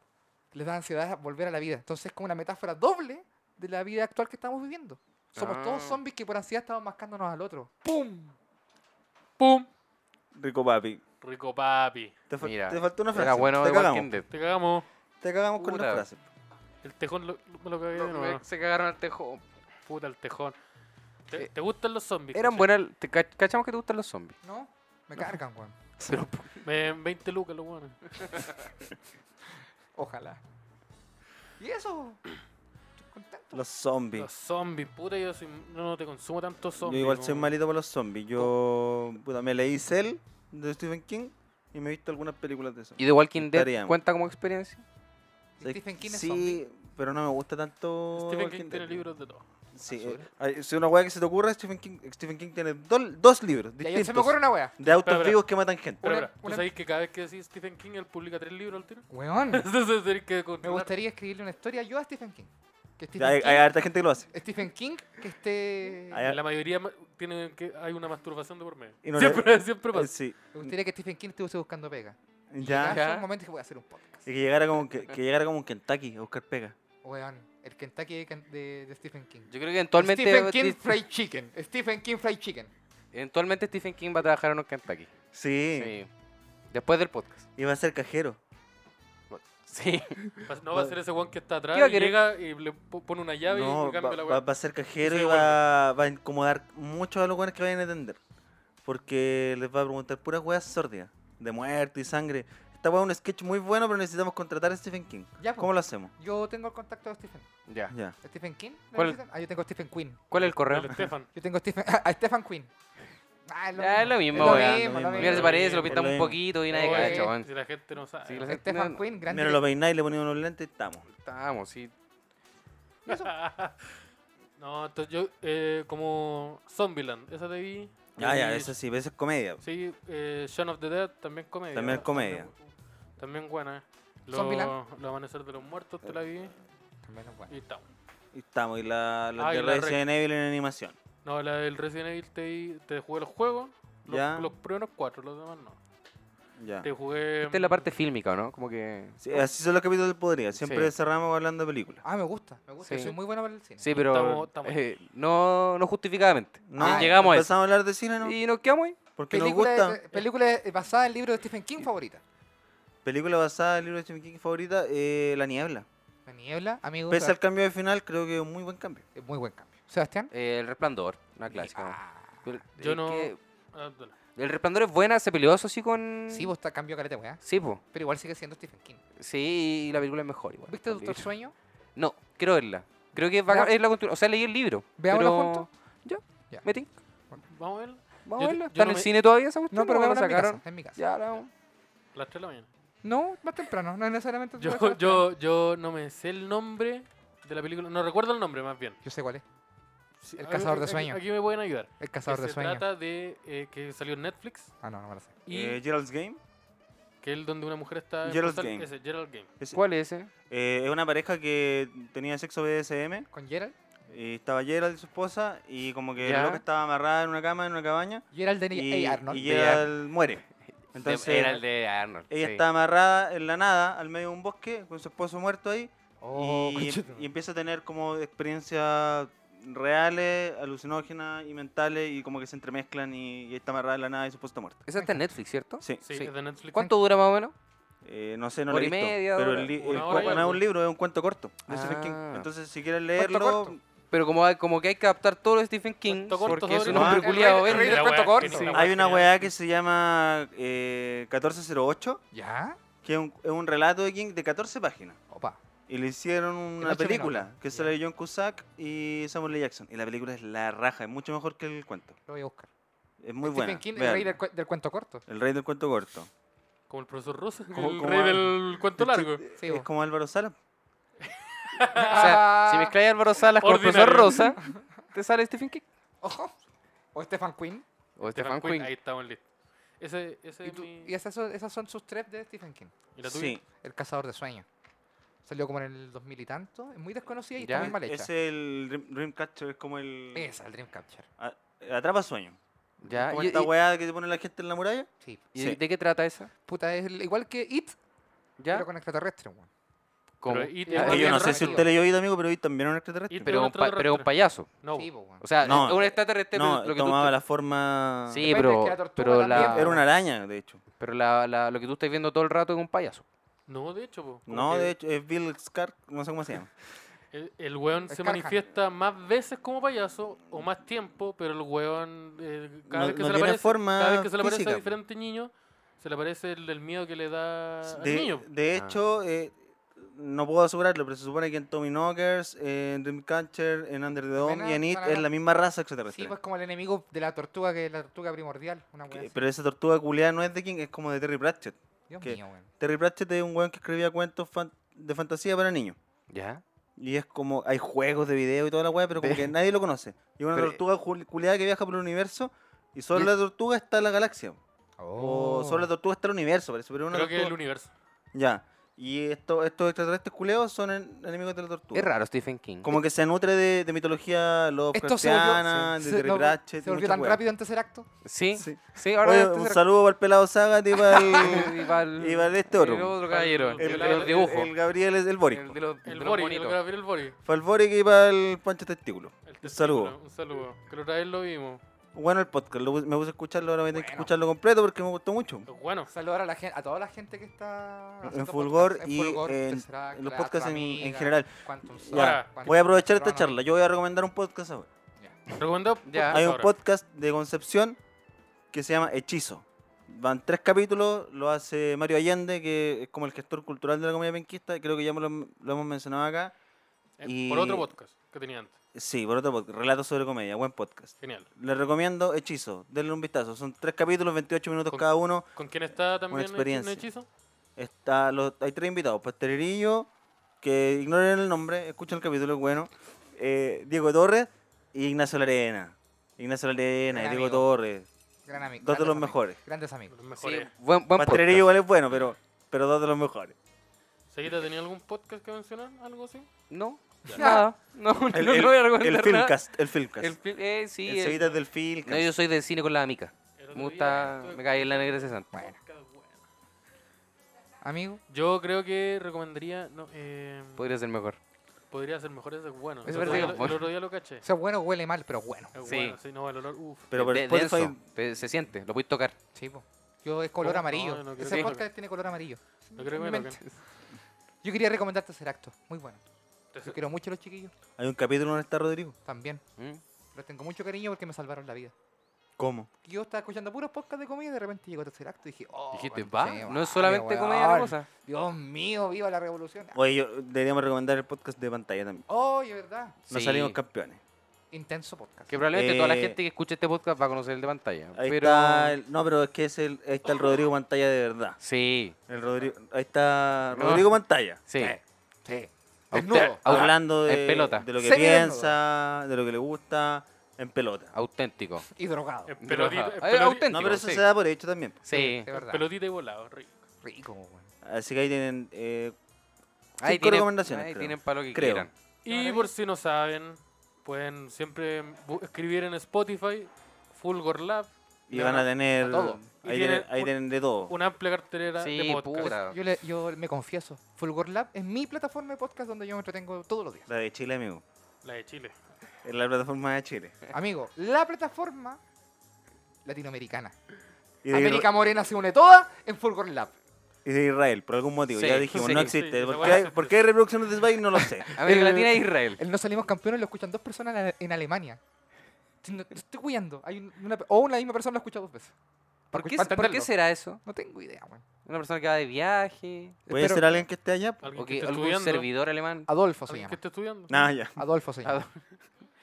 Les da ansiedad a volver a la vida. Entonces es como una metáfora doble de la vida actual que estamos viviendo. Somos
Ah.
todos zombies que por ansiedad estamos mascándonos al otro.
¡Pum! ¡Pum!
Rico papi.
Rico papi.
Te, fal-
Mira,
te faltó una frase.
Era bueno
te
de
cagamos.
Walking Dead.
Te cagamos.
Te cagamos con
Puta.
una frase.
El tejón lo, lo, lo cagué de
No,
nuevo.
Se cagaron al tejo.
Puta, el tejón. ¿Te,
Eh,
te gustan los zombies?
Eran
cachai?
buenas. Te cach- cachamos que te gustan los zombies.
¿No? Me cargan, weón.
Pero
Me- 20 lucas los buenos.
Ojalá. Y eso. Estoy contento.
Los zombies.
Los zombies, puta, yo soy- no, no te consumo tanto zombies.
Yo igual soy
como-
malito para los zombies. Yo puta, me leí Cell de Stephen King y me he visto algunas películas de eso.
¿Y The Walking Dead
Estaríamos.
cuenta como experiencia?
Stephen King es
sí,
zombie.
pero no me gusta tanto.
Stephen
Walking
King tiene
Dead.
libros de todo.
Sí,
Ah,
eh, hay- si una weá que se te ocurra, Stephen King, Stephen King tiene dol- dos libros
Ya, ya,
distintos
se me ocurre una wea.
de autos
Espera, espera.
vivos que matan gente.
Pero,
Una-
espera, ¿tú
una-
sabes que cada vez que decís Stephen King, él publica tres libros al tiro?
Weón.
Entonces tenés que
Me
controlar.
gustaría escribirle una historia yo a Stephen King. Que Stephen,
Ya hay,
King,
hay harta gente que lo hace.
Stephen King que esté.
Hay-
La mayoría ma- tiene que hay una masturbación de por medio.
Ah, Y no le-
siempre, siempre
Eh,
pasa.
sí.
Me gustaría que Stephen King estuviese buscando pega.
Ya.
Ya.
Ya.
un momento que voy a hacer un podcast.
Y que llegara como que, que llegara como un Kentucky a buscar pega.
Weón, el Kentucky de, Ken- de- de Stephen King.
Yo creo que eventualmente.
Stephen King
di-
Fried Chicken. Stephen King Fried Chicken.
Eventualmente Stephen King va a trabajar en un Kentucky.
Sí.
Sí. Después del podcast.
Iba a ser cajero.
Sí.
Va- No va a ser ese one que está atrás
¿Qué va a
y
querer?
llega y le po- pone una llave
No,
y cambia
va,
la
va-
weá.
va a ser cajero
Y
y
se
va, va a incomodar mucho a los buenos que vayan a atender. Porque les va a preguntar puras weas sórdidas. De muerte y sangre. Esta wea es un sketch muy bueno, pero necesitamos contratar a Stephen King.
Ya, pues.
¿Cómo lo hacemos?
Yo tengo el contacto de Stephen.
Ya.
Ya.
¿Stephen King? ¿Lo
¿Cuál?
necesitan? Ah, yo tengo Stephen Queen.
¿Cuál es el correo?
El Stefan.
Yo tengo Stephen. A Stephen Queen. Ah, es lo
Ya, es lo
mismo.
mismo, weón.
Lo mismo.
Mira, se parece, lo
Por
pintamos
lo
un
mismo.
poquito y nadie
Oye.
cacha, weón.
Eh, Si la gente no sabe.
Sí, lo sé.
Stephen
No,
Queen, grande.
Mira, lo peináis, le ponemos unos lentes y estamos.
Estamos, sí.
no, entonces yo, eh, como Zombieland, esa te vi.
Ya, Ah, ya,
Y-
eso sí, veces comedia.
Sí, eh, Shaun of the Dead, también comedia.
También es comedia.
También buena. Los
Zombieland.
lo Amanecer de los Muertos te la vi
También es bueno.
y está.
Y estamos. Y la, la
Ah, y
de
la
Resident Evil en animación.
No, la del Resident Evil te, vi- te jugué los juegos. Los,
Ya. Ah.
los primeros cuatro, los demás no.
Ya.
Te jugué.
Este
Esta es la parte fílmica, ¿no? Como que.
Sí, así son los capítulos del Podría. Siempre cerramos hablando de películas.
Ah, me gusta. Me gusta.
Sí.
Yo soy muy bueno para el cine.
Sí, pero.
Estamos- estamos.
eh, no, no justificadamente.
No,
Eh, llegamos a eso.
empezamos a hablar de cine, ¿no?
Y nos quedamos ahí.
Porque nos
Película,
gusta.
eh, película, eh, basada en el libro de Stephen King favorita.
Película basada en el libro de Stephen King favorita, eh, La Niebla.
La niebla, amigo.
Pese al cambio de final, creo que es un muy buen cambio.
Es Muy buen cambio. Sebastián.
Eh, el resplandor, una clásica. ¿no?
Ah.
Pero
yo
es
no-
que
Ah, dale.
el resplandor es buena, se peleó eso sí con.
Sí, vos está cambio caleta, weá.
Sí, po.
Pero igual sigue siendo Stephen King.
Sí, y la película es mejor igual.
¿Viste
Porque-
Doctor Sueño?
No, quiero verla. Creo que es bacán-
Vea-
es la continu- O sea, leí el libro.
Veámosla
pero-
juntos.
Ya,
Ya.
metí.
Vamos a ver.
Vamos
Yo-
a verla.
yo
¿Está
no
en el
me-
cine todavía esa cuestión?
No, pero
¿O la
veámosla en mi casa,
sacaron?
está en mi casa.
Ya, la vamos.
a Las 3 de la mañana.
No, más temprano, no es necesariamente.
Yo,
temprano.
yo, yo no me sé el nombre de la película. No recuerdo el nombre, más bien.
Yo sé cuál es.
Sí,
El
a-
cazador de
aquí-
sueños.
Aquí me pueden ayudar.
El
Que
cazador de
se
sueños.
trata de eh, que salió en Netflix
Ah, no, no me la sé.
y
Eh, Gerald's Game
que es donde una mujer está. en
Gerald's
postal-
Game.
Ese, Gerald Game.
es,
¿Cuál es ese?
eh, es una pareja que tenía sexo BDSM.
¿Con Gerald?
Y estaba Gerald y su esposa. Y como que
Ya.
la loca estaba amarrada en una cama, en una cabaña.
Gerald de
Y,
A. Arnold.
y Gerald muere. Entonces,
Era el de Arnold.
ella
sí.
está amarrada en la nada, al medio de un bosque, con su esposo muerto ahí.
Oh,
y,
conchetumare.
y empieza a tener como experiencias reales, alucinógenas y mentales. Y como que se entremezclan. Y, y está amarrada en la nada y su esposo está muerto.
Esa está en Netflix, ¿cierto?
Sí.
Sí,
Sí.
es de Netflix.
¿Cuánto dura más o menos?
Eh, no sé, no lo
Hora
he
y
visto.
media,
pero
hora-
el li- el
una
cu-
hora y
no es
algo.
un libro, es un cuento corto. de Stephen King.
Ah.
Entonces, si quieres
corto.
leerlo,
Pero como, hay- como que hay que adaptar todo lo de Stephen King,
Cuento corto
porque es
sobre-
un hombre
Ah,
culiado,
el rey- el rey
vende.
del cuento corto.
La
hay una
genial.
weá que se llama eh, 1408,
¿Ya?
que es un, es un relato de King de 14 páginas.
Opa.
Y le hicieron una
ocho
película
minutos,
que
ya.
sale John Cusack y Samuel L. Jackson. Y la película es la raja, es mucho mejor que el cuento.
Lo voy a buscar.
Es muy
Stephen
buena.
King, el
véanla.
rey del, cu- del cuento corto.
cuento corto.
Como el profesor Rosa,
Como-
el
como
rey
al-
del cuento largo. Ah,
Sí,
es
vos.
como Álvaro Sala.
O sea,
Ah.
si mezcláis a Álvaro Salas con el profesor
Ordinario.
Rosa, te sale Stephen King.
Ojo. O Stephen Quinn.
O
Stephen
Stephen King.
Ahí estamos listos. Ese, ese
Y,
es
tú-
mi...
y esas, son, esas son sus tres de Stephen King.
¿y la tuya?
Sí,
El cazador de sueños. Salió como en el 2000 y tanto. Es muy desconocida y
Ya,
está muy Ah, mal hecha.
es el Dream- Dreamcatcher, es como el.
Esa, el Dreamcatcher.
a- Atrapa sueño.
Ya,
Como
Ah, y-
esta
y-
weá que te pone la gente en la muralla.
Sí.
¿y
sí.
de qué trata esa?
Puta, es el- igual que It,
¿Ya?
pero con extraterrestres, weón.
¿Cómo?
Pero, ¿y te-
Es
Ah,
que
Igual
yo
que
no
el
sé si
Rápido.
usted leyó It, amigo, pero It también es un extraterrestre.
It-
pero, un pa-
otro
pero un
rastro.
payaso.
No,
Sí, po, weón.
O sea,
No.
es un extraterrestre,
No,
pero lo que tú...
tomaba la forma.
Sí,
Depende, es que
pero,
la tortuga
pero,
también,
la,
po.
Era una araña, de hecho.
pero la, la- lo que tú estás viendo todo el rato es un payaso.
no, de hecho, po, como
No,
que
de hecho, es Bill Scar, no sé cómo se llama.
El, el weón
Es
se
Carhan.
manifiesta más veces como payaso o más tiempo, pero el weón, eh, cada,
No-
vez que
no
se le
tiene
aparece,
forma
cada vez que se le aparece a
física.
diferentes niños, se le aparece el, el miedo que le da al
De,
Ah, niño.
de hecho, eh, no puedo asegurarlo, pero se supone que en Tommy Knockers, en Dreamcatcher, en Under the Dome y en It
También
es la misma raza extraterrestre.
Sí, pues como el enemigo de la tortuga, que es la tortuga primordial. Una weá
Que-
así.
pero esa tortuga culiada no es de King, es como de Terry Pratchett.
Dios
que-
mío, weón.
Terry Pratchett es un weón que escribía cuentos fan- de fantasía para niños.
¿Ya?
Y es como, hay juegos de video y toda la weá, pero como que nadie lo conoce. Y una
eh,
Pero-
tortuga jul- culiada que viaja por el universo y solo
Y-
la tortuga está la galaxia. O
Oh.
solo la tortuga está el universo, parece. Pero una
Creo que es el
tortuga-
universo.
Ya. Y esto, estos extraterrestres culeos son en- enemigos de la tortuga.
Es raro Stephen King.
Como que se nutre de, de mitología
Esto se volvió,
Lovecraftiana,
se-
de Terry
no,
Pratchett.
se volvió tan rápido en tercer acto.
¿Sí?
Sí.
sí, ahora
Oye,
este
un
ser-
saludo para el pelado Sagat y para el,
y va el-
y para el este
el
otro.
otro caballero, el,
El-
de los
el-
dibujos.
el Gabriel es el Boric.
el de los,
El
de los
Bori, el
monitos.
Gabriel el Bori.
Para el Boric y para el Pancho Testículo.
El
Un
testículo,
saludo.
Un saludo. Que lo traes lo vimos.
Bueno el podcast, lo puse- me puse a escucharlo, ahora voy a tener que
Bueno.
escucharlo completo porque me gustó mucho.
Es Bueno,
Saludar a, la gente, a toda la gente que está. haciendo
En Fulgor
podcasts.
y en-
Tercer Acto,
en los
la
podcasts en- en
Amiga,
general.
Quantum Zone,
Ya,
Quantum
voy a aprovechar esta
Chrono.
charla, yo voy a recomendar un podcast ahora.
Ya.
recomendado.
Ya.
podcast
Hay un
Ah, ahora.
podcast de Concepción que se llama Hechizo. Van tres capítulos, lo hace Mario Allende, que es como el gestor cultural de la comedia penquista, creo que ya me lo, lo hemos mencionado acá.
Eh,
y-
Por otro podcast que tenía antes.
Sí, por otro podcast, Relatos sobre Comedia, buen podcast.
Genial.
Les recomiendo Hechizo, denle un vistazo. Son tres capítulos, 28 minutos
Con-
cada uno.
¿Con quién está también en
experiencia.
hechizo?
Está los, hay tres invitados, Pastelerillo, que ignoren el nombre, escuchen el capítulo, es bueno. eh, Diego Torres y Ignacio Larena. Ignacio Larena y
Gran
Diego
amigo.
Torres,
Gran
dos
ami-
de
grandes
los
amigos,
mejores.
Grandes amigos.
Los
Sí,
mejores.
buen, buen
Pastelería
podcast.
igual es bueno, pero, pero dos de los mejores.
Seguida, ¿tenía algún podcast que mencionar? ¿Algo así?
No, nada. No, no,
El,
no
el-
voy a
el
recomendar nada.
Filmcast, el Filmcast.
El fil- eh, sí,
El
el-
Seguitas del Filmcast.
No, yo soy del cine con la amica.
El otro
Me
día
gusta,
estuve
me cae en la negra cesante.
Bueno,
con un podcast bueno.
amigo.
Yo creo que recomendaría. No, eh,
podría ser mejor.
Podría ser mejor ese es bueno.
Es
el, otro
verdad que
día,
es
lo-
bueno.
el otro día lo caché.
O sea, bueno huele mal, pero bueno.
Es
Sí.
bueno, sí, no, el olor. Uf.
Pero por
De-
Spotify-
denso, pe- se siente, lo puedes tocar.
Sí, po. Yo es color
Oh, no,
amarillo.
no creo
Ese
que-
podcast tiene color amarillo.
No creo que me
Simplemente. Yo quería recomendar Tercer Acto. Muy bueno. Yo quiero mucho a los chiquillos.
Hay un capítulo donde está Rodrigo.
También.
¿Mm?
Los tengo mucho cariño porque me salvaron la vida.
¿Cómo?
Yo estaba escuchando puros podcasts de comedia y de repente llegó Tercer Acto y dije, oh.
Dijiste,
conche
va,
de
no
madre,
es solamente comedia la
weón.
cosa.
Dios mío, viva la revolución.
Oye, yo- deberíamos recomendar el podcast de pantalla también.
Oh, es verdad.
No
Sí.
salimos campeones.
Intenso podcast.
Que probablemente toda la
Eh,
gente que escuche este podcast va a conocer el de pantalla.
Ahí
pero...
está el- no, pero es que es el, ahí está el Rodrigo Pantalla de verdad.
Sí,
El Rodrigo, ahí está
No.
Rodrigo Pantalla.
sí.
Sí.
Auster-
Desnudo.
au-
Ah, hablando de,
en pelota.
de lo que
Se viene el
piensa, de lo que le gusta, en pelota.
Auténtico.
Y drogado.
Es pelotita,
Drogado.
es
Eh,
pelotita-
auténtico.
No, pero eso
sí.
se da por hecho también.
Sí.
De verdad.
pelotita y volado, rico.
Rico, weón.
Así que ahí tienen eh,
Ahí
cinco
tienen,
recomendaciones.
ahí
creo.
tienen para lo que
Creo.
quieran.
Y por si no saben, pueden siempre bu- escribir en Spotify, Fulgor Lab,
Y
Le
van a
van a-
tener.
a todo.
Y
Ahí,
tienen
tienen, ahí
un-
tienen de todo.
una amplia cartelera
Sí,
de podcast.
puta.
Pues, Yo, le- yo me confieso, Fulgor Lab es mi plataforma de podcast donde yo me entretengo todos los días.
La de Chile, amigo.
La de Chile.
Es la plataforma de Chile.
Amigo, la plataforma latinoamericana.
Y de,
América Morena se une toda en Fulgor Lab.
y de Israel, por algún motivo.
Sí,
ya dijimos,
sí,
no
sí,
existe.
esa
¿Por,
weá
qué
no
hay,
existe.
por qué hay reproducciones de Spy? No lo sé.
América
Eh,
Latina e Israel.
El No Salimos Campeones lo escuchan dos personas en Ale- en Alemania. Te- no- te estoy cuidando. Hay un- una, pe- o una misma persona lo escucha dos veces.
¿Por
cu-
qué,
pa'
por qué
entenderlo.
será eso?
No tengo idea, weón.
¿Una persona que va de viaje?
¿Puede
Espero-
ser alguien que esté allá?
Alguien
¿O
que
que
esté
algún
estudiando.
servidor alemán?
Adolfo se
Alguien
llama.
que esté estudiando.
Nada, ya.
Adolfo se llama.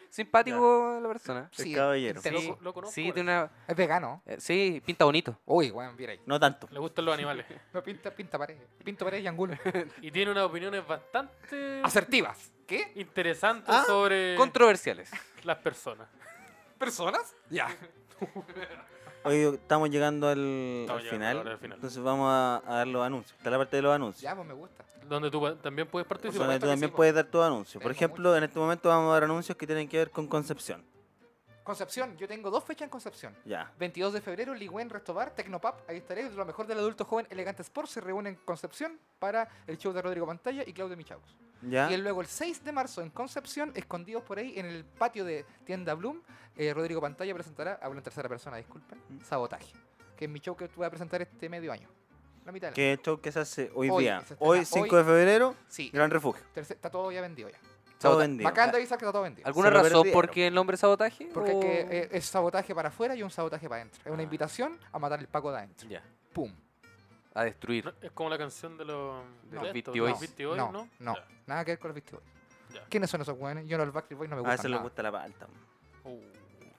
Simpático la persona.
El
Sí,
caballero.
es-
Te
es-
lo-
Sí.
lo conozco,
Sí,
weón.
tiene una...
Es vegano.
eh, sí, pinta bonito.
Uy, weón, mira ahí.
No tanto.
Le gustan los animales.
No, pinta, pinta pared. Pinto pared y angulo.
Y tiene unas opiniones bastante
Ah,
Asertivas. ¿Qué?
interesantes
Ah,
sobre
Controversiales.
las personas.
¿Personas? Ya.
Hoy estamos llegando al,
Estamos
al
llegando
final,
ahora al final.
Entonces vamos a, a dar los anuncios. Está la parte de los anuncios.
Ya, pues me gusta.
Donde tú pa- también puedes participar.
Donde
supuesto
tú
que
también
sí,
puedes dar tus anuncios. Por
Tengo
ejemplo, en este momento vamos a dar anuncios que tienen que ver con Concepción.
Concepción. Yo tengo dos fechas en Concepción.
Ya.
22 de febrero, Ligüen Restobar, Tecnopap, ahí estaré, lo mejor del adulto joven Elegante Sport se reúne en Concepción para el show de Rodrigo Pantalla y Claudio Michaus.
Ya.
Y el- luego el 6 de marzo en Concepción, escondidos por ahí en el patio de tienda Bloom, eh, Rodrigo Pantalla presentará, hablo en tercera persona, disculpen,
Mm.
Sabotaje, que es mi show que voy a presentar este medio año. La mitad del año.
Que esto que se hace hoy,
Hoy,
día.
se estrena
Hoy,
hoy.
5 de febrero,
Sí,
Gran Refugio.
terce- está todo ya vendido ya.
Todo
Sabota-
vendido.
Bacán de avisar que está todo vendido.
¿Alguna
Se lo
razón
perdieron.
por qué el nombre sabotaje?
Porque es, que,
o-
eh, es sabotaje para afuera y un sabotaje para adentro. Es una
Ah.
invitación a matar el Paco de adentro.
Ya.
¡Pum!
A destruir.
No, Es como la canción de los
De
los
estos,
Beastie
de
Boys.
los Beastie Boys,
no,
¿no?
no,
Ya.
nada que ver con los Beastie Boys.
Ya.
¿Quiénes son esos güeyes? Yo no, los Backstreet Boys no me
A
gustan
veces les
nada.
gusta la palta.
Uh,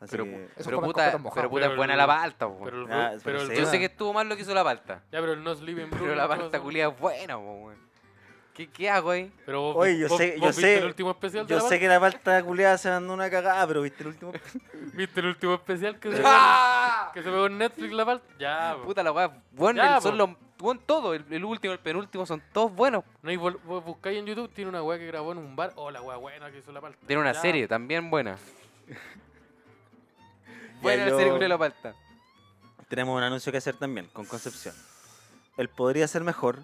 Así
Pero-
que-
Esos
Pero
comen
puta,
completos mojados.
pero puta es
Pero
buena
el-
la palta, po.
pero el,
Ah,
Ru-
pero
pero el
se
Ru-
Yo
va.
sé que estuvo mal lo que hizo la palta.
Ya, pero el No Sleeping Blue.
Pero la palta culia es buena, po, weón. ¿Qué, ¿Qué hago ahí?
Pero vos,
Oye, yo
vos-
sé-
vos
yo
viste
sé-
el último especial de
Yo
la
sé que la palta culeada se mandó una cagada, pero viste el último.
palta? ¿Viste el último especial que se,
¡Ah!
que se pegó en Netflix la palta? Ya, po.
Puta la weá. Bueno,
Ya,
el- son
po.
los. Bueno, todo. El, el último, el penúltimo, son todos buenos.
No, y vol- vos buscáis en YouTube, tiene una weá que grabó en un bar. Oh, la weá buena que hizo la palta.
Tiene una
Ya,
serie también buena. buena
Ya,
la serie
yo-
culia de la palta.
Tenemos un anuncio que hacer también con Concepción. El Podría Ser Mejor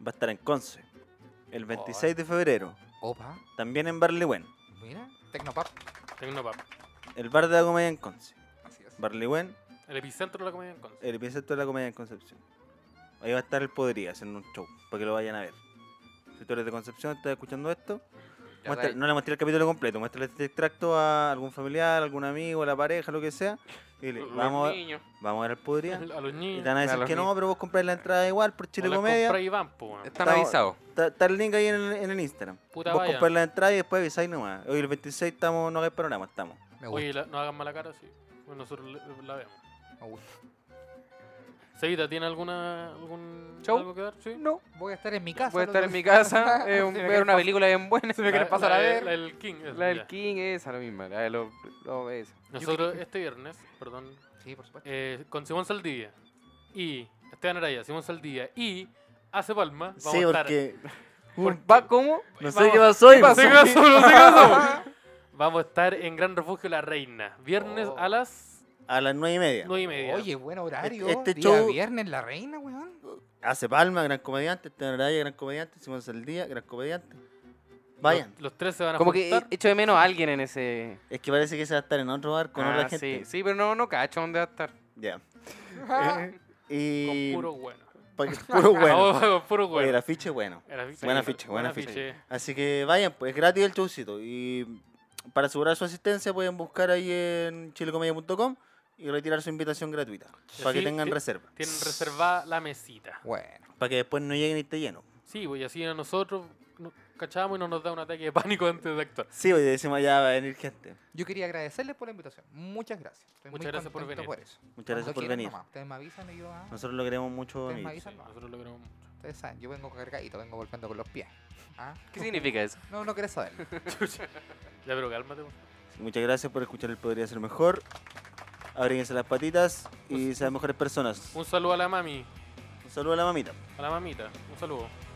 va a estar en Conce el 26 de febrero,
Opa,
también en Bar Lewen,
mira, Tecnopap.
Tecnopap.
el bar de la comedia en Conce.
Así es.
Bar Lewen,
El epicentro de la comedia en Conce.
el epicentro de la comedia en Concepción. Ahí va a estar el Podría haciendo un show, para que lo vayan a ver. Si tú eres de Concepción, estás escuchando esto,
Ya,
muestra-
dale.
no le muestres el capítulo completo, muéstrale este extracto a algún familiar, algún amigo, a la pareja, lo que sea, y dile,
Los
vamos, a-
niños.
vamos a ver el Podría.
A los
Y
niños.
te van a
Claro,
decir
los
que no,
niños.
pero vos compráis la entrada igual por Chile
O las
Comedia.
compras y van, po, weón.
Están
Estaba-
avisados.
Está, está el link ahí en el, en el Instagram.
Puta
Vos
vaya.
comprar la entrada y después avisáis nomás. Hoy el 26 estamos, no hay programa, estamos.
Me gusta,
Oye, la- no hagan mala cara, sí. Bueno, nosotros le- la vemos.
me gusta.
Sevita, ¿tiene alguna, algún
Show?
algo que dar? Sí.
No.
Voy a estar en mi casa.
Voy a
el
estar en
otro
mi
día.
casa, eh,
Si
un-
me
ver
quieres
una
pas-
película bien buena.
Si me quieres pasar a
de-
ver.
La del King. eso,
La
ya.
del King, esa la misma, la de los, los OBS.
Nosotros este viernes, perdón,
Sí, por supuesto.
eh, con Simón Saldivia y Esteban Araya, Simón Saldivia y Ace Palma, vamos a estar.
¿Va cómo?
no
vamos-
pasó hoy.
No sé qué pasó, no sé qué pasó. Vamos a estar en Gran Refugio La Reina, viernes
Oh.
a las
A las 9 y media.
9 y
eh,
media.
Oye, buen horario.
Este- este
día
show-
viernes la reina, weón.
Hace Palma, gran comediante. Esteban Araya, gran comediante. Simón Saldía, gran comediante. Vayan.
Los, los tres se van a
Como que
juntar.
he- echo de menos a alguien en ese.
Es que parece que se va a estar en otro bar con
Ah,
otra gente.
Sí, sí, pero no, no cacho dónde va a estar.
Ya.
Ah,
Y.
Con puro bueno.
pa- eh, puro bueno.
Vamos con puro
Oye, el
bueno.
afiche es bueno.
Era fiche,
Buena
sí.
ficha, buena ficha. Así que vayan, pues es gratis el showcito. Y para asegurar su asistencia pueden buscar ahí en chilecomedia.com y retirar su invitación gratuita.
Y
Para que
así
tengan
que-
reserva.
Tienen reservada la mesita.
Bueno.
Para que después no lleguen y esté lleno.
Sí, pues y así a nosotros nos cachamos y no nos da un ataque de pánico antes de actuar.
Sí, hoy decimos ya va a venir gente.
Yo quería agradecerles por la invitación. Muchas gracias. Estoy muy
Muchas gracias por
contento
venir.
por eso.
Muchas gracias
Cuando
por
quieran
venir.
nomás. Ustedes me avisan y yo. ah,
Nosotros lo queremos mucho.
Ustedes me
amigos.
Sí,
avisan. nomás.
nosotros lo queremos mucho.
Ustedes saben, yo vengo cargadito, vengo golpeando con los pies. Ah,
¿Qué significa eso?
No, no querés saberlo.
Ya, pero cálmate. pues. por favor.
Muchas gracias por escuchar el Podría Ser Mejor. Abríguense las patitas y sean mejores personas.
Un saludo a la mami,
Un saludo a la mamita.
a la mamita. Un saludo.